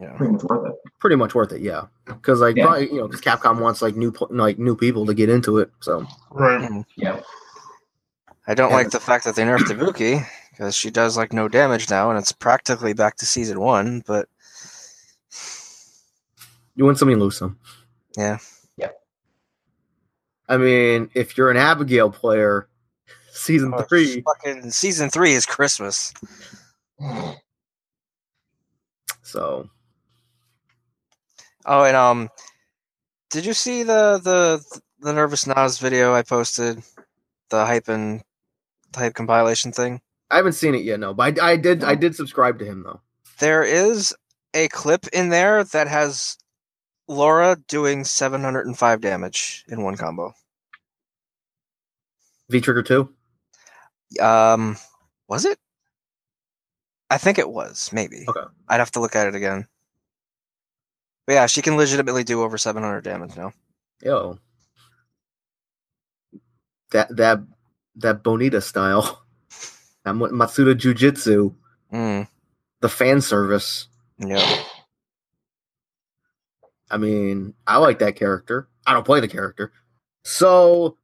Yeah. pretty much worth it. Pretty much worth it, yeah. Because like Yeah. probably, you know, 'cause Capcom wants like new pl- like new people to get into it. So Right. Yeah. I don't Yeah. like the fact that they nerfed Ibuki because she does like no damage now and it's practically back to season one, but you win some, you lose some. Yeah. Yeah. I mean, if you're an Abigail player, season Oh, three, fucking season three is Christmas. so Oh, and um, did you see the the the nervous Nas video I posted, the hype and hype compilation thing? I haven't seen it yet. No, but I, I did I did subscribe to him though. There is a clip in there that has Laura doing 705 damage in one combo. V Trigger two. Um, was it? I think it was. Maybe. Okay. I'd have to look at it again. But yeah, she can legitimately do over 700 damage now. Yo, that that that Bonita style, that Ma- Matsuda Jujitsu, Mm, the fan service. yeah. I mean, I like that character. I don't play the character. So,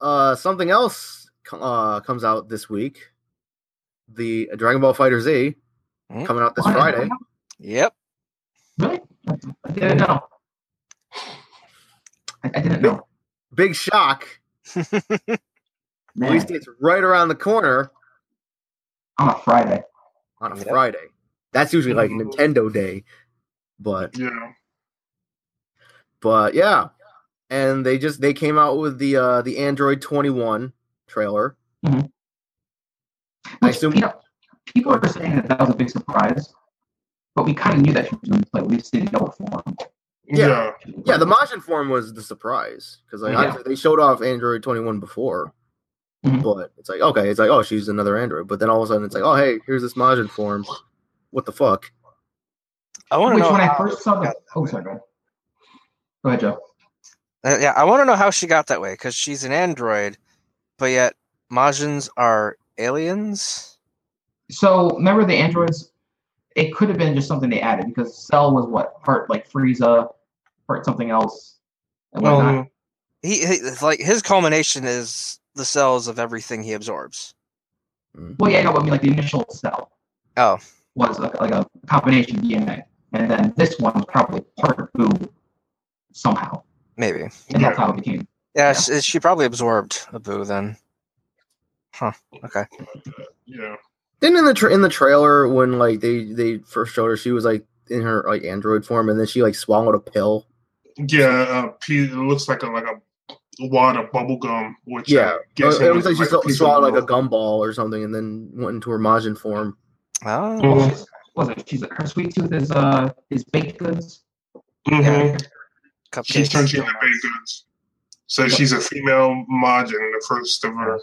uh, something else co- uh, comes out this week. The Dragon Ball Fighter Z Hmm? coming out this What? Friday. Yep. Really? I didn't know. I, I didn't know. Big shock. Man, Release date's right around the corner on a Friday. on a Yep. Mm-hmm. Friday. That's usually like Mhm. Nintendo Day, but Yeah. but yeah. And they just they came out with the uh the Android 21 trailer. I Which, assume- you know, people are saying that that was a big surprise, but we kind of knew that she was going to play. We just didn't know what form. Yeah. Yeah. Yeah, the Majin form was the surprise because like Yeah. I- they showed off Android 21 before, Mm-hmm. Mhm. but it's like okay, it's like oh she's another Android, but then all of a sudden it's like oh hey here's this Majin form, what the fuck? I want to Which know. when I how- first saw the. got Oh, sorry, go ahead. Go ahead, Joe. Uh, yeah, I want to know how she got that way because she's an android, but yet Majins are aliens. So remember the androids? It could have been just something they added because Cell was what part like Frieza, part something else, and whatnot. mm. Um, He, he it's like his culmination is the cells of everything he absorbs. Mm. Well, yeah, no, but I mean like the initial Cell. Oh. Was like, like a combination DNA, and then this one was probably part Boo somehow, Maybe. Yeah, and that's how it became. She, she probably absorbed Abu then. yeah. Then in the tra- in the trailer when like they they first showed her she was like in her like Android form and then she like swallowed a pill. Yeah. Uh, pe- it looks like a like a wad of bubble gum, which uh, Yeah, I It, guess it was like she a sw- piece of swallowed like a wood. gumball or something and then went into her Majin form. Oh, Mhm. Well, she's- was it? She's her sweet tooth is uh is baked goods. Mhm. She cupcakes. turns you into baked goods. So she's a female Majin, the first of her.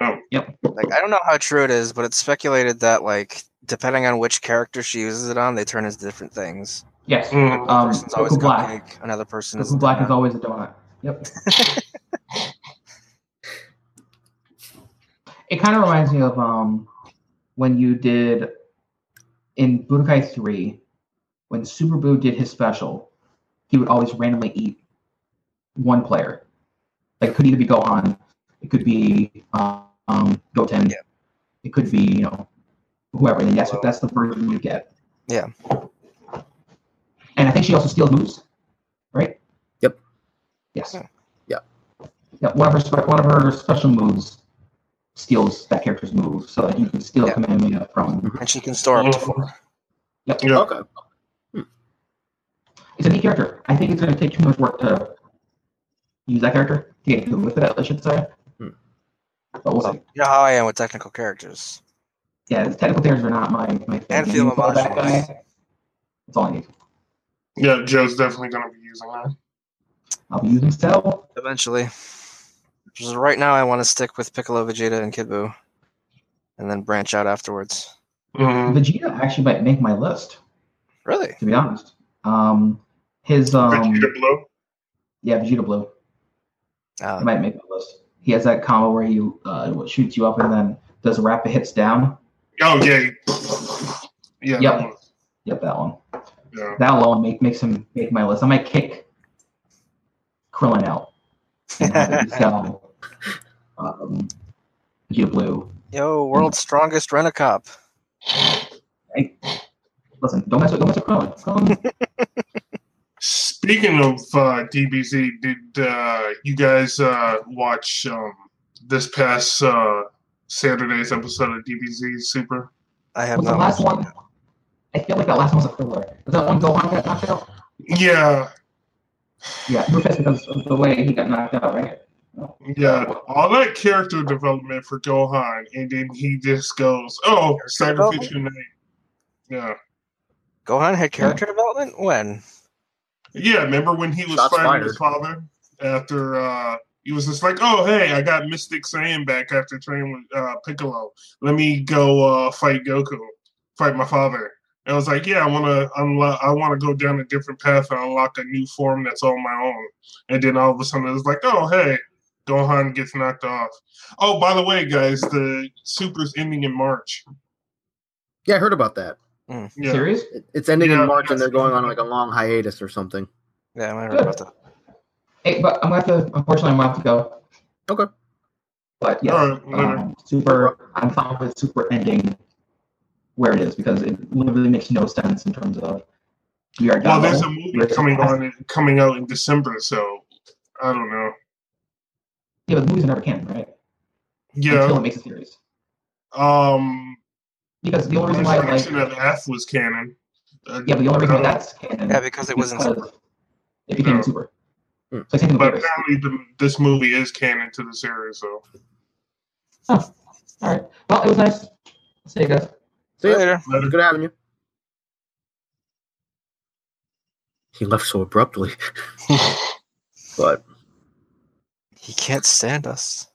Like I don't know how true it is, but it's speculated that like depending on which character she uses it on, they turn into different things. Yes. Mm. One Um, person's always a Goku Black. cupcake. Another person is. Goku Black is donut. always a donut. Yep. it kind of reminds me of um when you did in Budokai Three, when Super Boo did his special, he would always randomly eat one player. Like it could either be Gohan, it could be um, Goten, Yeah. it could be you know whoever. And yes, that's the version you get. Yeah. And I think she also steals moves, right? Yep. Yes. Yep. Yeah. One of her spe- one of her special moves steals that character's move, so that you can steal Yeah. Kamehameha from and she can store Mm-hmm. up to four. Yeah. Okay. It's a neat character. I think it's going to take too much work to use that character to get good with it. I should say. Hmm. But we'll see. You know how I am with technical characters. Yeah, these technical characters are not my my thing. And You feel follow that emotions. guy, That's all I need. Yeah, Joe's definitely going to be using that. I'll be using Cell. Eventually. Just right now, I want to stick with Piccolo, Vegeta, and Kid Buu, and then branch out afterwards. Mhm. Vegeta actually might make my list. Really? To be honest, um, his um, Vegeta Blue. yeah, Vegeta Blue Uh, might make my list. He has that combo where he uh, shoots you up and then does rapid hits down. Oh, yeah. Yeah. Yep. that one. Yep, that one. Yeah. That alone make, makes him make my list. I might kick Krillin out and have it be Cell, um, Vegeta Blue. yo, world's strongest Renacop. Listen, don't mess with don't mess with Krillin. Krillin Speaking of uh, DBZ, did uh, you guys uh, watch um, this past uh, Saturday's episode of DBZ Super? I have was the not last watched one. I feel like that last one was a filler. Was that one Gohan got knocked out? Yeah, Yeah, you were pissed because of the way he got knocked out, right? yeah. All that character development for Gohan, and then he just goes, "Oh, sacrificial night." Yeah, Gohan had character development? When? yeah. Remember when he was Shots fighting fired. his father after uh, he was just like, "Oh, hey, I got Mystic Saiyan back after training with uh, Piccolo. Let me go uh, fight Goku, fight my father." And I was like, "Yeah, I want to unlock. I want to go down a different path and unlock a new form that's all my own." And then all of a sudden, it was like, "Oh, hey, Gohan gets knocked off." Oh, by the way, guys, the Super's ending in March. Yeah, I heard about that. Yeah. Serious? It- It's ending Yeah, in March, and they're yes. going on like a long hiatus or something. Yeah, I heard about that. Hey, but I'm gonna have to. Unfortunately, I'm gonna have to go. Okay. But yeah, All right, later. um, super. I'm fine with super ending where it is because it literally makes no sense in terms of we are well, done. there's a movie coming on coming out in December, so I don't know. Yeah, but the movies never can, right? Yeah. Until it makes a series. Um, Because the only the reason why, like, introduction of F was canon. Uh, yeah, but the only reason why that's canon Yeah, because it was is in because it became No. super. Hmm. So same thing with but Beerus. apparently, the, this movie is canon to the series, so All right. Well, it was nice. See you guys. See ya. later. later. Good having you. He left so abruptly. but He can't stand us.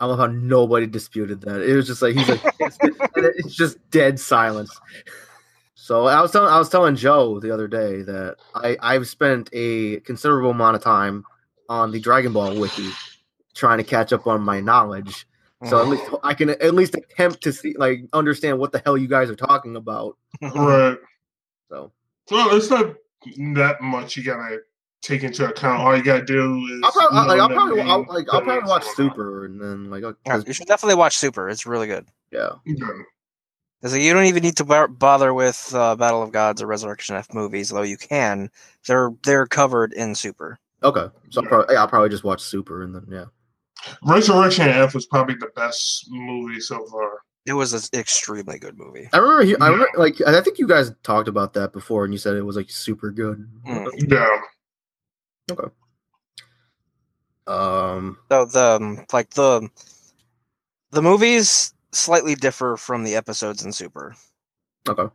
I love how nobody disputed that. It was just like he's like, "Yes," and it- it's just dead silence. So I was telling I was telling Joe the other day that I I've spent a considerable amount of time on the Dragon Ball wiki trying to catch up on my knowledge. Mm. So at Mm-hmm. least I can at least attempt to see like understand what the hell you guys are talking about. right. So Well, it's not that much you gotta take into account. All you gotta do is. I'll probably like know I'll the probably name I'll, like I'll that probably it's watch going on. Super and then like I'll- Yeah, you should definitely watch Super. It's really good. yeah. Yeah. It's like you don't even need to bar- bother with uh, Battle of Gods or Resurrection F movies, though you can. They're they're covered in Super. Okay, so I'll probably, yeah, I'll probably just watch Super and then yeah. Resurrection F was probably the best movie so far. It was an extremely good movie. I remember, he, I Yeah. remember, like I think you guys talked about that before, and you said it was like super good. Mm. Yeah. Um, So the um, like the the movies slightly differ from the episodes in Super. okay,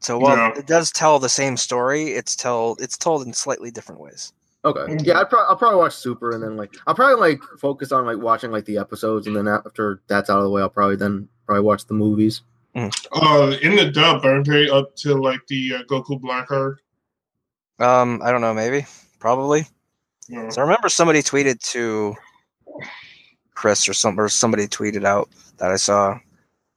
So while Yeah. it does tell the same story, it's tell it's told in slightly different ways. okay, yeah, I'd pro- I'll probably watch Super, and then like I'll probably like focus on like watching like the episodes, and then after that's out of the way, I'll probably then probably watch the movies. Uh, in the dub, aren't they up to like the uh, Goku Blackheart? Um, I don't know, maybe, probably. Yeah. So I remember somebody tweeted to Chris or some or somebody tweeted out that I saw like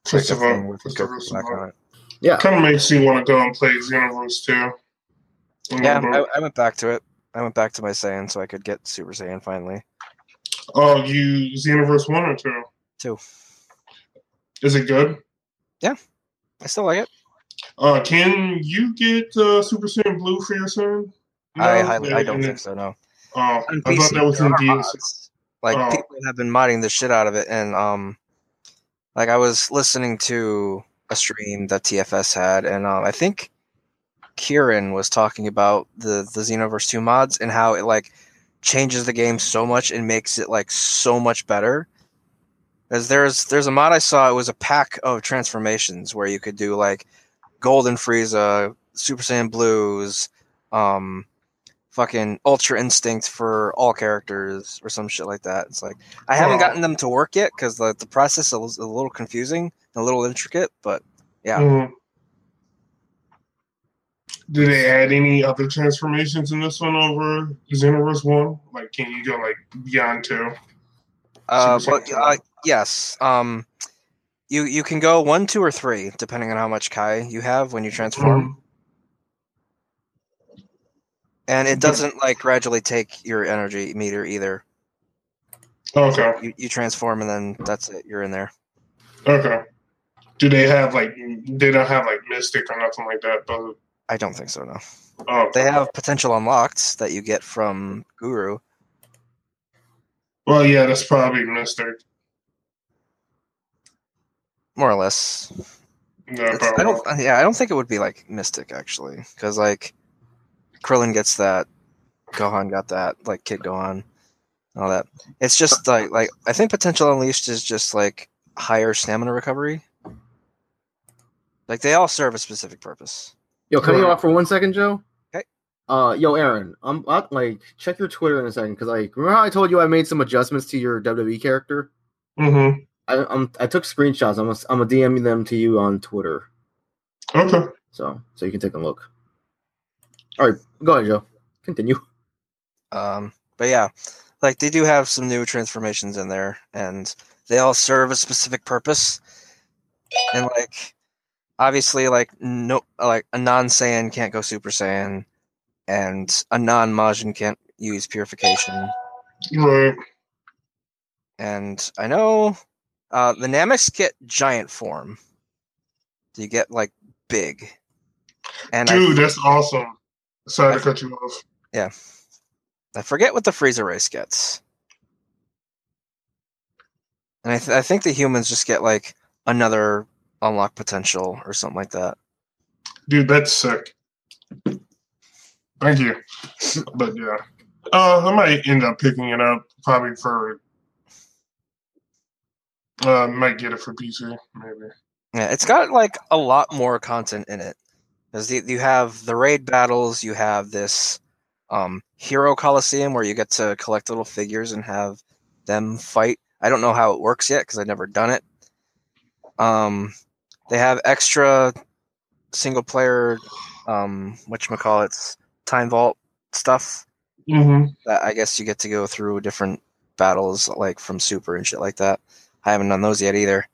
a Fist of thing Oak, with Fist Goku of Oak. back on it. Yeah. Kind of makes you want to go and play Xenoverse too. Yeah, I, I went back to it. I went back to my Saiyan so I could get Super Saiyan finally. oh, you Xenoverse one or two? Two. Is it good? I still like it. Uh, can you get uh, Super Saiyan Blue for your son? I No? highly, I don't And think it- so. No. Oh, On I thought PC, that was there in are DLC. mods. Like Oh. people have been modding the shit out of it, and um, like I was listening to a stream that TFS had, and um, I think Kieran was talking about the the Xenoverse two mods and how it like changes the game so much and makes it like so much better. As there's there's a mod I saw, it was a pack of transformations where you could do like Golden Frieza, Super Saiyan Blues, um, fucking Ultra Instinct for all characters or some shit like that. It's like I haven't Wow. gotten them to work yet because the, the process is a little confusing, and a little intricate, but yeah. Mhm. Did they add any other transformations in this one over Xenoverse one? Like, can you go like beyond two? Uh, Super but Saiyan uh, two. yes, um, you you can go one, two, or three depending on how much Kai you have when you transform, Mhm. and it doesn't like gradually take your energy meter either. Mm-hmm. Okay. You, you transform and then that's it. You're in there. Okay. Do they have like they don't have like mystic or nothing like that? But I don't think so. No, oh, they have potential unlocked that you get from Guru. well, yeah, that's probably mystic. More or less, No, It's- I probably. don't. uh, Yeah, I don't think it would be like Mystic actually, because like Krillin gets that, Gohan got that, like Kid Gohan, and all that. It's just like like I think Potential Unleashed is just like higher stamina recovery. Like they all serve a specific purpose. Yo, can I go off for one second, Joe? Okay. Uh, yo, Aaron, I'm I, like check your Twitter in a second because like remember how I told you I made some adjustments to your WWE character? Mm-hmm. I I'm, I took screenshots. I'm gonna, I'm gonna DM them to you on Twitter, Okay. so so you can take a look. All right, go ahead, Joe. Continue. Um, but yeah, like they do have some new transformations in there, and they all serve a specific purpose. And like, obviously, like no, like a non Saiyan can't go Super Saiyan, and a non Majin can't use purification. Right. And I know, uh, the Namex get giant form. You get like big, and I, Dude, that's awesome. Sorry to cut you off. I forget what the freezer race gets. And I, th- I think the humans just get like another unlock potential or something like that. Dude, that's sick. Thank you. But yeah. Uh I might end up picking it up probably for uh might get it for PC, maybe. Yeah, it's got like a lot more content in it. Because you have the raid battles, you have this um, hero coliseum where you get to collect little figures and have them fight. I don't know how it works yet because I've never done it. Um, they have extra single player, um, whatchamacallits, time vault stuff Mm-hmm. that I guess you get to go through different battles like from super and shit like that. I haven't done those yet either.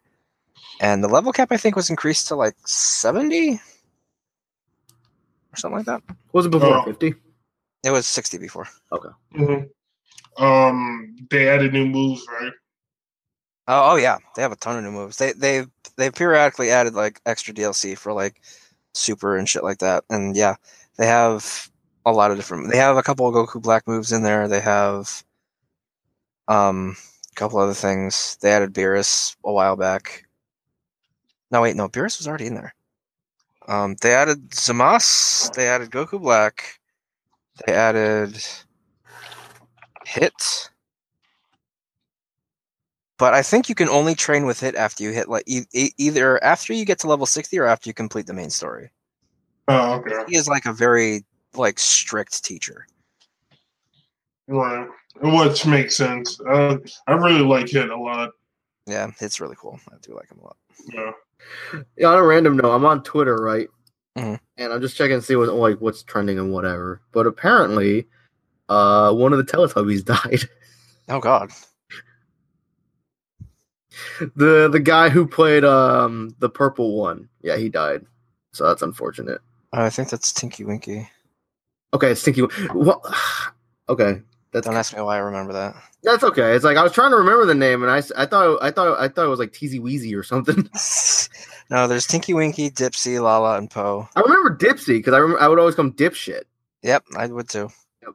And the level cap I think was increased to like seventy or something like that. Was it before Oh. fifty? It was sixty before. Mm-hmm. Um they added new moves, right? Oh, oh yeah, they have a ton of new moves. They they they periodically added like extra DLC for like super and shit like that. And yeah, they have a lot of different. They have a couple of Goku Black moves in there. They have um a couple other things. They added Beerus a while back. No wait, no Beerus was already in there. Um, they added Zamas. They added Goku Black. They added Hit but I think you can only train with it after you hit like e- e- either after you get to level sixty or after you complete the main story. Oh, okay. He is like a very like strict teacher. Right. Which makes sense. Uh, I really like Hit a lot. Yeah, it's really cool. I do like him a lot. Yeah. Yeah, on a random note, I'm on Twitter, right? Mhm. And I'm just checking to see what like what's trending and whatever. But apparently, uh, one of the Teletubbies died. Oh God, the the guy who played um the purple one. Yeah, he died. So that's unfortunate. Uh, I think that's Tinky Winky. Okay, Stinky. Well, okay, that's Don't ask me why I remember that. that's okay. It's like I was trying to remember the name, and I, s- I thought I thought I thought it was like Teasy Weezy or something. no, there's Tinky Winky, Dipsy, Lala, and Poe. I remember Dipsy because I remember I would always come dipshit. Yep, I would too. Yep.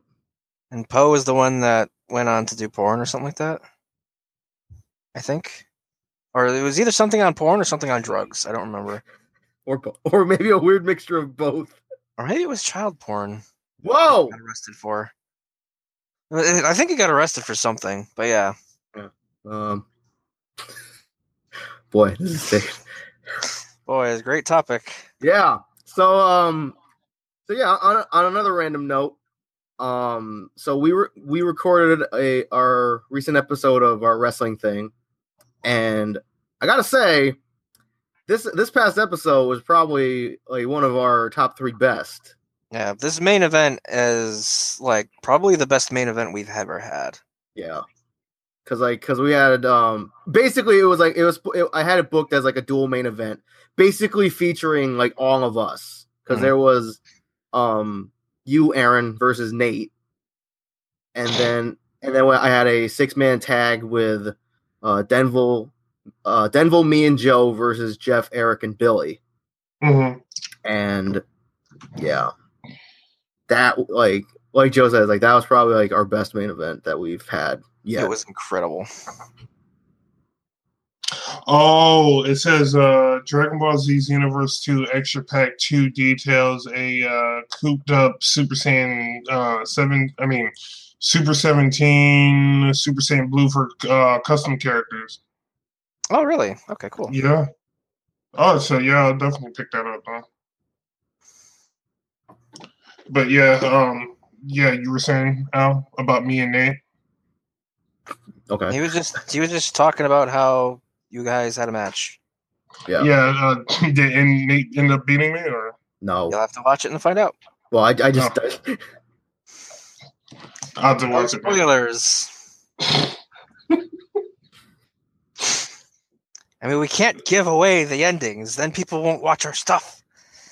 And Poe is the one that went on to do porn or something like that. I think. Or it was either something on porn or something on drugs. I don't remember. or bo- or maybe a weird mixture of both. Or maybe it was child porn. Whoa! Got arrested for. Uh, I I think he got arrested for something, but yeah. Um, boy, this is sick. Boy, it's a great topic. Yeah. So um, so yeah. On, on another random note, um, so we were we recorded a our recent episode of our wrestling thing, and I gotta say, this this past episode was probably like one of our top three best. Yeah, this main event is like probably the best main event we've ever had. Yeah. Cause like, cause we had um, basically it was like it was it, I had it booked as like a dual main event, basically featuring like all of us. because Mhm. there was um you Aaron versus Nate, and then and then I had a six man tag with uh Denville, uh Denville, me and Joe versus Jeff, Eric, and Billy, Mhm. and yeah, that like like Joe says like that was probably like our best main event that we've had. Yeah, It was incredible. Oh, it says uh, Dragon Ball Z's Universe 2 Extra Pack 2 details a uh, cooped up Super Saiyan uh, 7, I mean, Super 17, Super Saiyan Blue for uh, custom characters. Oh, really? Okay, cool. Yeah. Oh, so yeah, I'll definitely pick that up, huh? But yeah, um, yeah, you were saying, Al, about me and Nate. okay. He was just he was just talking about how you guys had a match. Yeah. Yeah, uh, did and Nate end up beating me, or? No, You'll have to watch it and find out. well, I, I just I'll have to watch Oh, it. back. Spoilers. I mean, we can't give away the endings. Then people won't watch our stuff.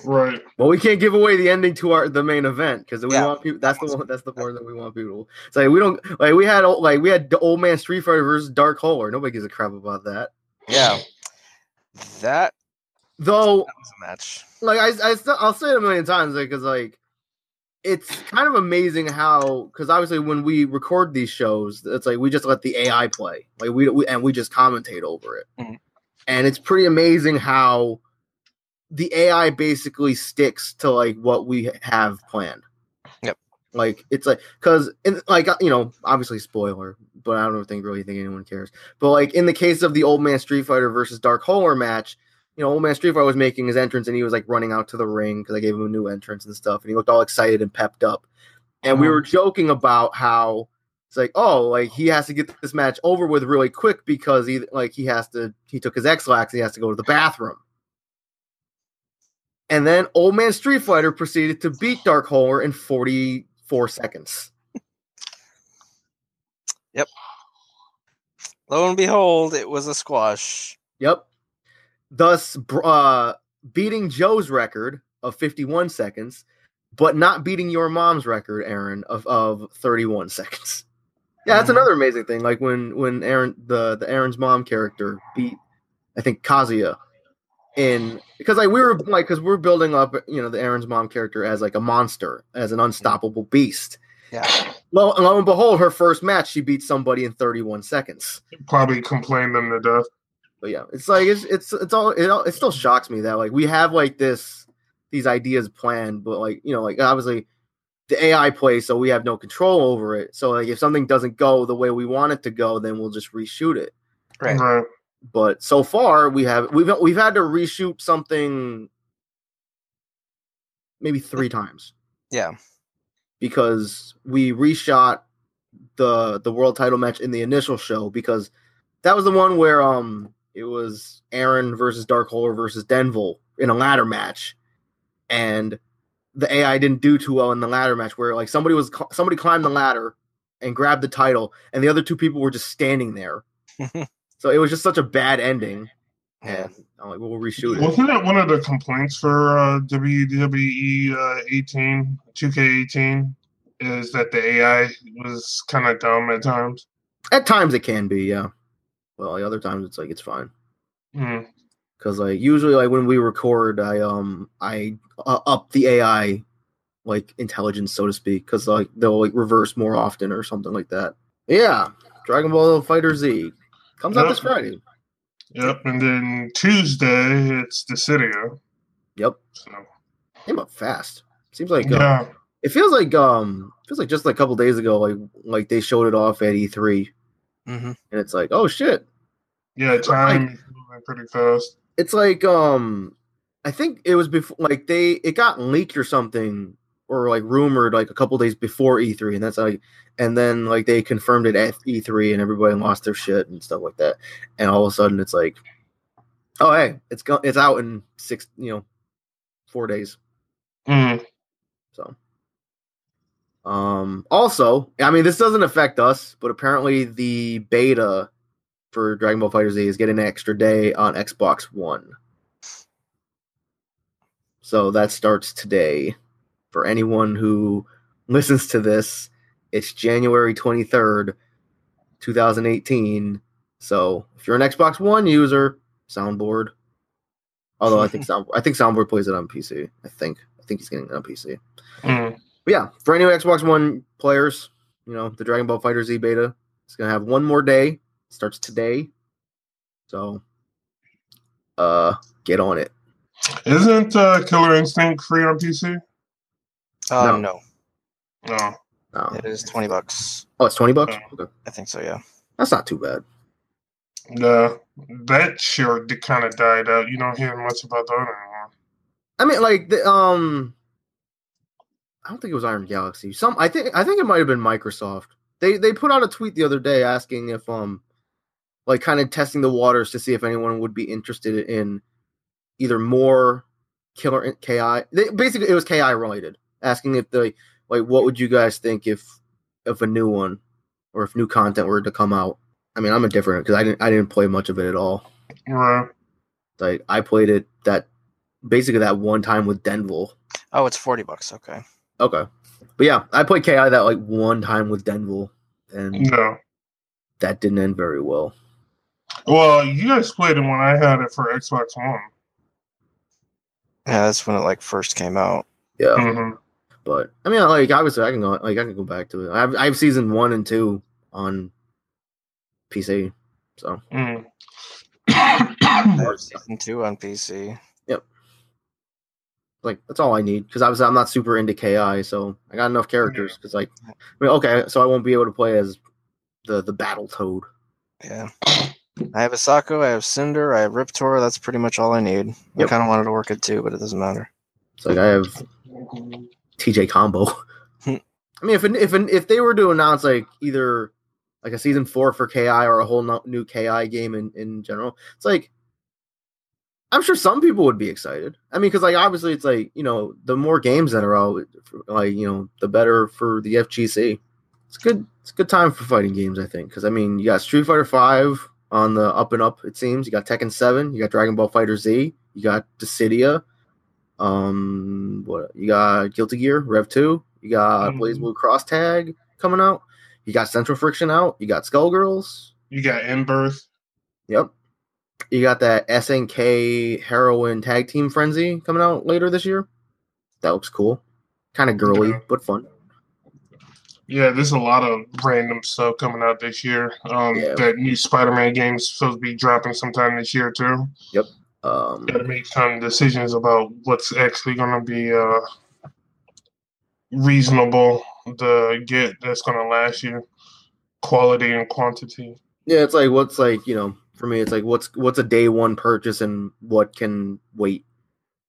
Right. Well, we can't give away the ending to our the main event because we Yeah. want people. That's the one. That's the part that we want people. It's like we don't like we had old, like we had the old man Street Fighter versus Dark Hole. Nobody gives a crap about that. Yeah, that Though, that was a match. like I, I still, I'll say it a million times because like it's kind of amazing how because obviously when we record these shows, it's like we just let the AI play. Like we, we and we just commentate over it, Mhm. and it's pretty amazing how the AI basically sticks to like what we have planned. Yep. Like it's like because like uh, you know obviously spoiler, but I don't think really think anyone cares. But like in the case of the old man Street Fighter versus Dark Holer match, you know old man Street Fighter was making his entrance and he was like running out to the ring because I gave him a new entrance and stuff, and he looked all excited and pepped up. And we were joking about how it's like oh like he has to get this match over with really quick because he like he has to he took his X lax and he has to go to the bathroom. And then Old Man Street Fighter proceeded to beat Dark Holer in 44 seconds. Lo and behold, it was a squash. Yep. Thus, br- uh, beating Joe's record of 51 seconds, but not beating your mom's record, Aaron, of, of 31 seconds. Yeah, that's Mhm. another amazing thing. Like when when Aaron the the Aaron's mom character beat, I think Kazuya, in because like we were like because we're building up you know the Aaron's mom character as like a monster as an unstoppable beast. Yeah. Lo, lo and behold, her first match she beat somebody in 31 seconds. Probably complained them to death. but yeah, it's like it's it's it's all it, all it still shocks me that like we have like this these ideas planned, but like you know like obviously the AI plays, so we have no control over it. So like if something doesn't go the way we want it to go, then we'll just reshoot it. Right. Right. But so far we have we've we've had to reshoot something maybe three times Yeah. because we reshot the the world title match in the initial show because that was the one where um it was Aaron versus Dark Holer versus Denville in a ladder match, and the AI didn't do too well in the ladder match where like somebody was cl- somebody climbed the ladder and grabbed the title and the other two people were just standing there So it was just such a bad ending. Yeah. And I'm like, well, we'll reshoot it. Wasn't that one of the complaints for uh, WWE uh, 18, 2K18? Is that the AI was kind of dumb at times? At times it can be, yeah. Well, like other times it's like it's fine. Mm. because like usually like when we record i um i uh, up the ai like intelligence so to speak because like they'll like reverse more often or something like that yeah dragon ball fighter z comes out this Yeah. friday Yep. And then Tuesday, it's Dissidio. yep So, came up fast seems like uh, yeah. it feels like um feels like just like a couple days ago like like they showed it off at e3 Mm-hmm. and it's like oh shit Yeah, time is moving pretty fast. it's like um i think it was before like they it got leaked or something or like rumored like a couple days before e3 and that's like and then like they confirmed it at e3 and everybody lost their shit and stuff like that and all of a sudden it's like oh hey it's go- it's out in six you know four days Mm. so um also i mean this doesn't affect us but apparently the beta for dragon ball fighter z is getting an extra day on xbox one so that starts today for anyone who listens to this it's january 23rd 2018 so if you're an xbox one user soundboard although i think sound i think soundboard plays it on pc i think i think he's getting it on pc Mm. but yeah, for any Xbox One players, you know, the Dragon Ball Fighter Z beta is gonna have one more day. starts today. So uh get on it. Isn't uh, Killer Instinct free on PC? No. Um, no. No. No. it is twenty bucks. Oh, it's twenty bucks? Okay. I think so. Yeah. That's not too bad. No. That sure kind of died out. You don't hear much about that anymore. I mean like the um I don't think it was Iron Galaxy. Some I think I think it might have been Microsoft. They they put out a tweet the other day asking if um like kind of testing the waters to see if anyone would be interested in either more killer In- KI. They, basically it was KI related, asking if they like what would you guys think if if a new one or if new content were to come out. I mean, I'm indifferent because I didn't I didn't play much of it at all Right. like I played it that basically that one time with Denville. Oh, it's forty bucks. Okay. Okay, but yeah, I played KI that like one time with Denville, and No. that didn't end very well. Well, you guys played it when I had it for Xbox One. Yeah, that's when it like first came out. Yeah, hmm but I mean, like obviously I can go like I can go back to it. I've I have season one and two on PC, so I Mm. have season two on PC. like that's all I need because obviously I'm not super into KI, so I got enough characters. Because like, I mean, okay, so I won't be able to play as the the battle toad. Yeah. I have Asako, I have Cinder, I have Riptor. That's pretty much all I need. Yep. I kind of wanted to work it too, but it doesn't matter. It's like I have TJ combo. Hmm. I mean, if an, if an, if they were to announce like either like a season four for KI or a whole no- new KI game in in general, it's like I'm sure some people would be excited. I mean, because like obviously it's like you know the more games that are out, like you know the better for the FGC. It's good. It's a good time for fighting games, I think. Because I mean, you got Street Fighter Five on the up and up. It seems you got Tekken Seven, you got Dragon Ball Fighter Z, you got Dissidia. Um, what you got? Guilty Gear Rev Two. You got Mhm. Blaze Blue Cross Tag coming out. You got Central Friction out. You got Skullgirls. You got In Birth. Yep. You got that SNK Heroin Tag Team Frenzy coming out later this year. That looks cool. Kind of girly, Yeah. but fun. Yeah, there's a lot of random stuff coming out this year. Um, Yeah. That new Spider-Man game's supposed to be dropping sometime this year too. Um, Got to make some decisions about what's actually going to be uh, reasonable to get that's going to last you, quality and quantity. yeah, it's like what's like you know for me, it's like what's what's a day one purchase and what can wait.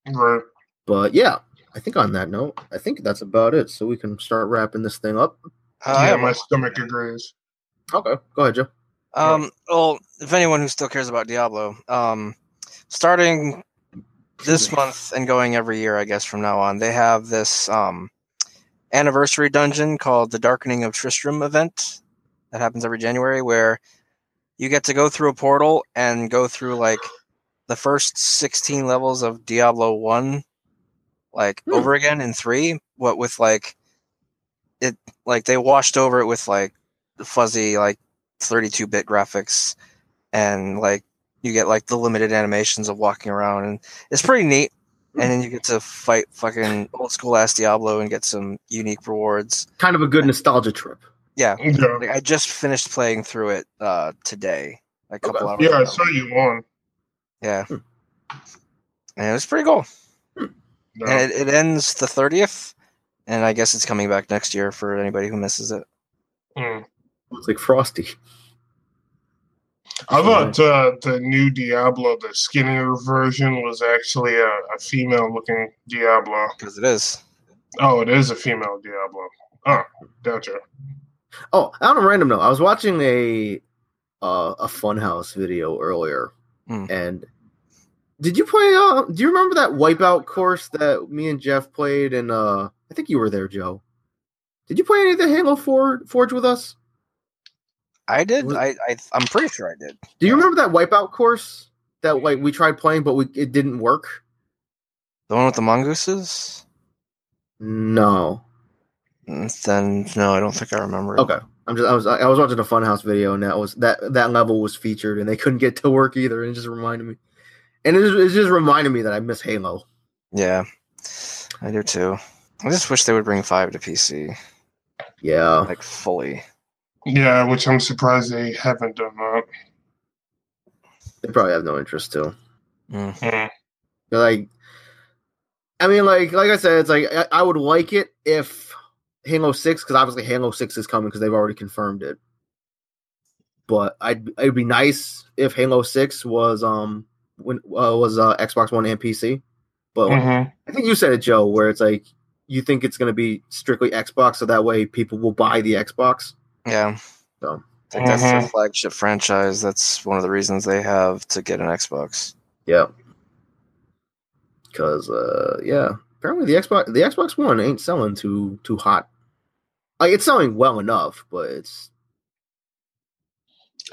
Right. But yeah, I think on that note, I think that's about it. So we can start wrapping this thing up. Uh, I yeah, have my one. stomach agrees. Okay, go ahead, Joe. Um, well, if anyone who still cares about Diablo, um, starting this month and going every year, I guess from now on, they have this um, anniversary dungeon called the Darkening of Tristram event that happens every January, where you get to go through a portal and go through like the first 16 levels of Diablo 1 like Hmm. over again in 3 what with like it like they washed over it with like fuzzy like 32 bit graphics and like you get like the limited animations of walking around and it's pretty neat Hmm. and then you get to fight fucking old school ass Diablo and get some unique rewards Kind of a good nostalgia trip. yeah Yeah, like I just finished playing through it uh today, like a couple Okay. Hmm. hours. yeah I ago. saw you on. yeah. And it was pretty cool. No. And it, it ends the thirtieth, and I guess it's coming back next year for anybody who misses it. Mm. It's like frosty. I thought uh, the new Diablo, the skinnier version, was actually a, a female-looking Diablo. Because it is. Oh, it is a female Diablo. Oh, gotcha. Oh, on a random note, I was watching a uh, a Funhouse video earlier, Mm. and did you play? Uh, do you remember that Wipeout course that me and Jeff played? And uh, I think you were there, Joe. Did you play any of the Halo Four Forge with us? I did. Was- I, I I'm pretty sure I did. Do you Yeah. remember that Wipeout course that like we tried playing, but we it didn't work? The one with the mongooses. No. Mm, Then no, I don't think I remember. it. Okay. I'm just I was I was watching a Funhouse video and that was that that level was featured and they couldn't get to work either and it just reminded me, and it just, it just reminded me that I miss Halo. Yeah, I do too. I just wish they would bring five to PC Yeah. like fully. Yeah, which I'm surprised they haven't done that. They probably have no interest too. Mm. Mm. They're like, I mean, like, like I said, it's like I, I would like it if Halo Six, because obviously Halo Six is coming because they've already confirmed it. But I'd it'd be nice if Halo Six was um when uh, was uh, Xbox One and PC. But Mhm. I think you said it, Joe, where it's like you think it's going to be strictly Xbox, so that way people will buy the Xbox. Yeah. So. I think that's their Mhm. flagship franchise. That's one of the reasons they have to get an Xbox. Yeah. Cause uh yeah. Apparently the Xbox the Xbox One ain't selling too too hot. Like it's selling well enough, but it's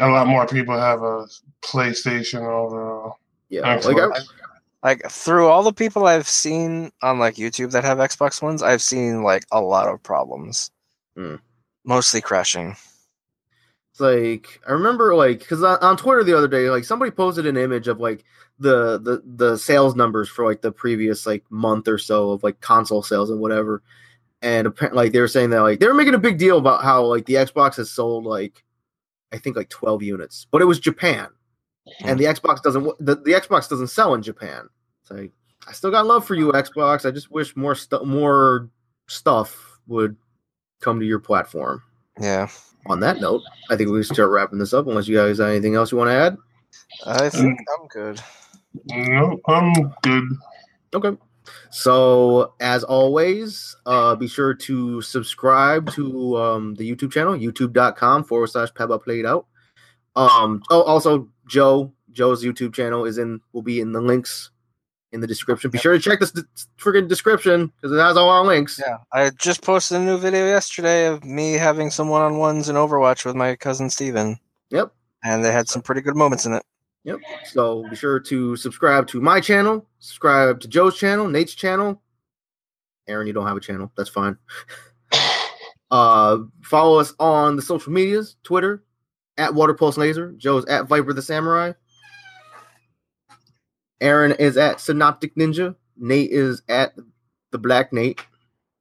A lot more people have a PlayStation uh, overall. yeah. Like Excellent. I, Like through all the people I've seen on like YouTube that have Xbox ones, I've seen like a lot of problems. Hmm. Mostly crashing. it's like I remember like because on, on Twitter the other day, like somebody posted an image of like the the the sales numbers for like the previous like month or so of like console sales and whatever. And apparently, like they were saying that like they were making a big deal about how like the Xbox has sold like I think like twelve units, but it was Japan. and the Xbox doesn't the, the Xbox doesn't sell in Japan. It's like I still got love for you Xbox. I just wish more stu- more stuff would come to your platform. Yeah. On that note, I think we should start wrapping this up unless you guys have anything else you want to add. I think I'm good. No, I'm good. Okay. So as always, uh, be sure to subscribe to um, the YouTube channel, youtube.com forward slash Pebba Played Out. Um, oh, also Joe, Joe's YouTube channel is in will be in the links in the description. Be sure to check this d- friggin' description because it has all our links. Yeah. I just posted a new video yesterday of me having some one on ones in Overwatch with my cousin Steven. Yep. And they had some pretty good moments in it. Yep. So be sure to subscribe to my channel, subscribe to Joe's channel, Nate's channel. Aaron, you don't have a channel. That's fine. Uh, follow us on the social medias Twitter at Water Pulse Laser. Joe's at Viper the Samurai. Aaron is at Synoptic Ninja. Nate is at the Black Nate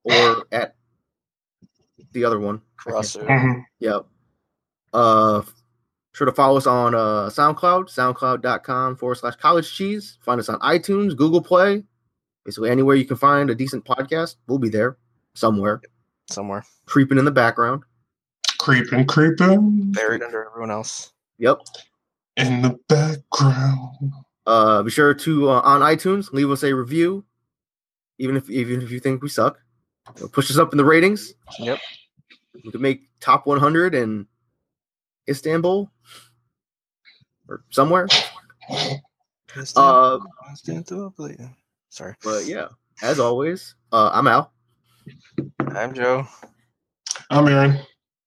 or at the other one. I can't- Crosser. Mhm. Yep. Uh, f- sure to follow us on uh, SoundCloud, soundcloud.com forward slash college cheese. Find us on iTunes, Google Play, basically anywhere you can find a decent podcast. We'll be there somewhere, Somewhere. creeping in the background. Creeping, creeping Buried under everyone else. Yep. in the background. Uh, be sure to uh, on iTunes leave us a review, even if even if you think we suck. It'll push us up in the ratings. Yep. We can make top 100 in Istanbul or somewhere. Uh, Sorry. But yeah, as always, uh, I'm Al. I'm Joe. I'm Aaron.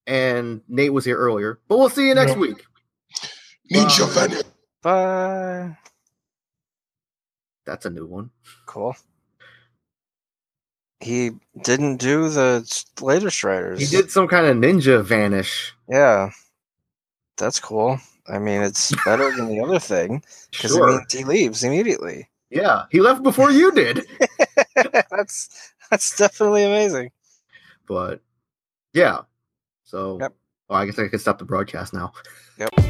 and Nate was here earlier. But we'll see you next Yeah. week. Ninja Venom. Bye. That's a new one. Cool. He didn't do the s- later Striders. He did some kind of ninja vanish. Yeah. That's cool. I mean, it's better than the other thing because Sure. he leaves immediately. yeah, he left before you did. that's that's definitely amazing. But yeah. So Yep. well, I guess I could stop the broadcast now. Yep.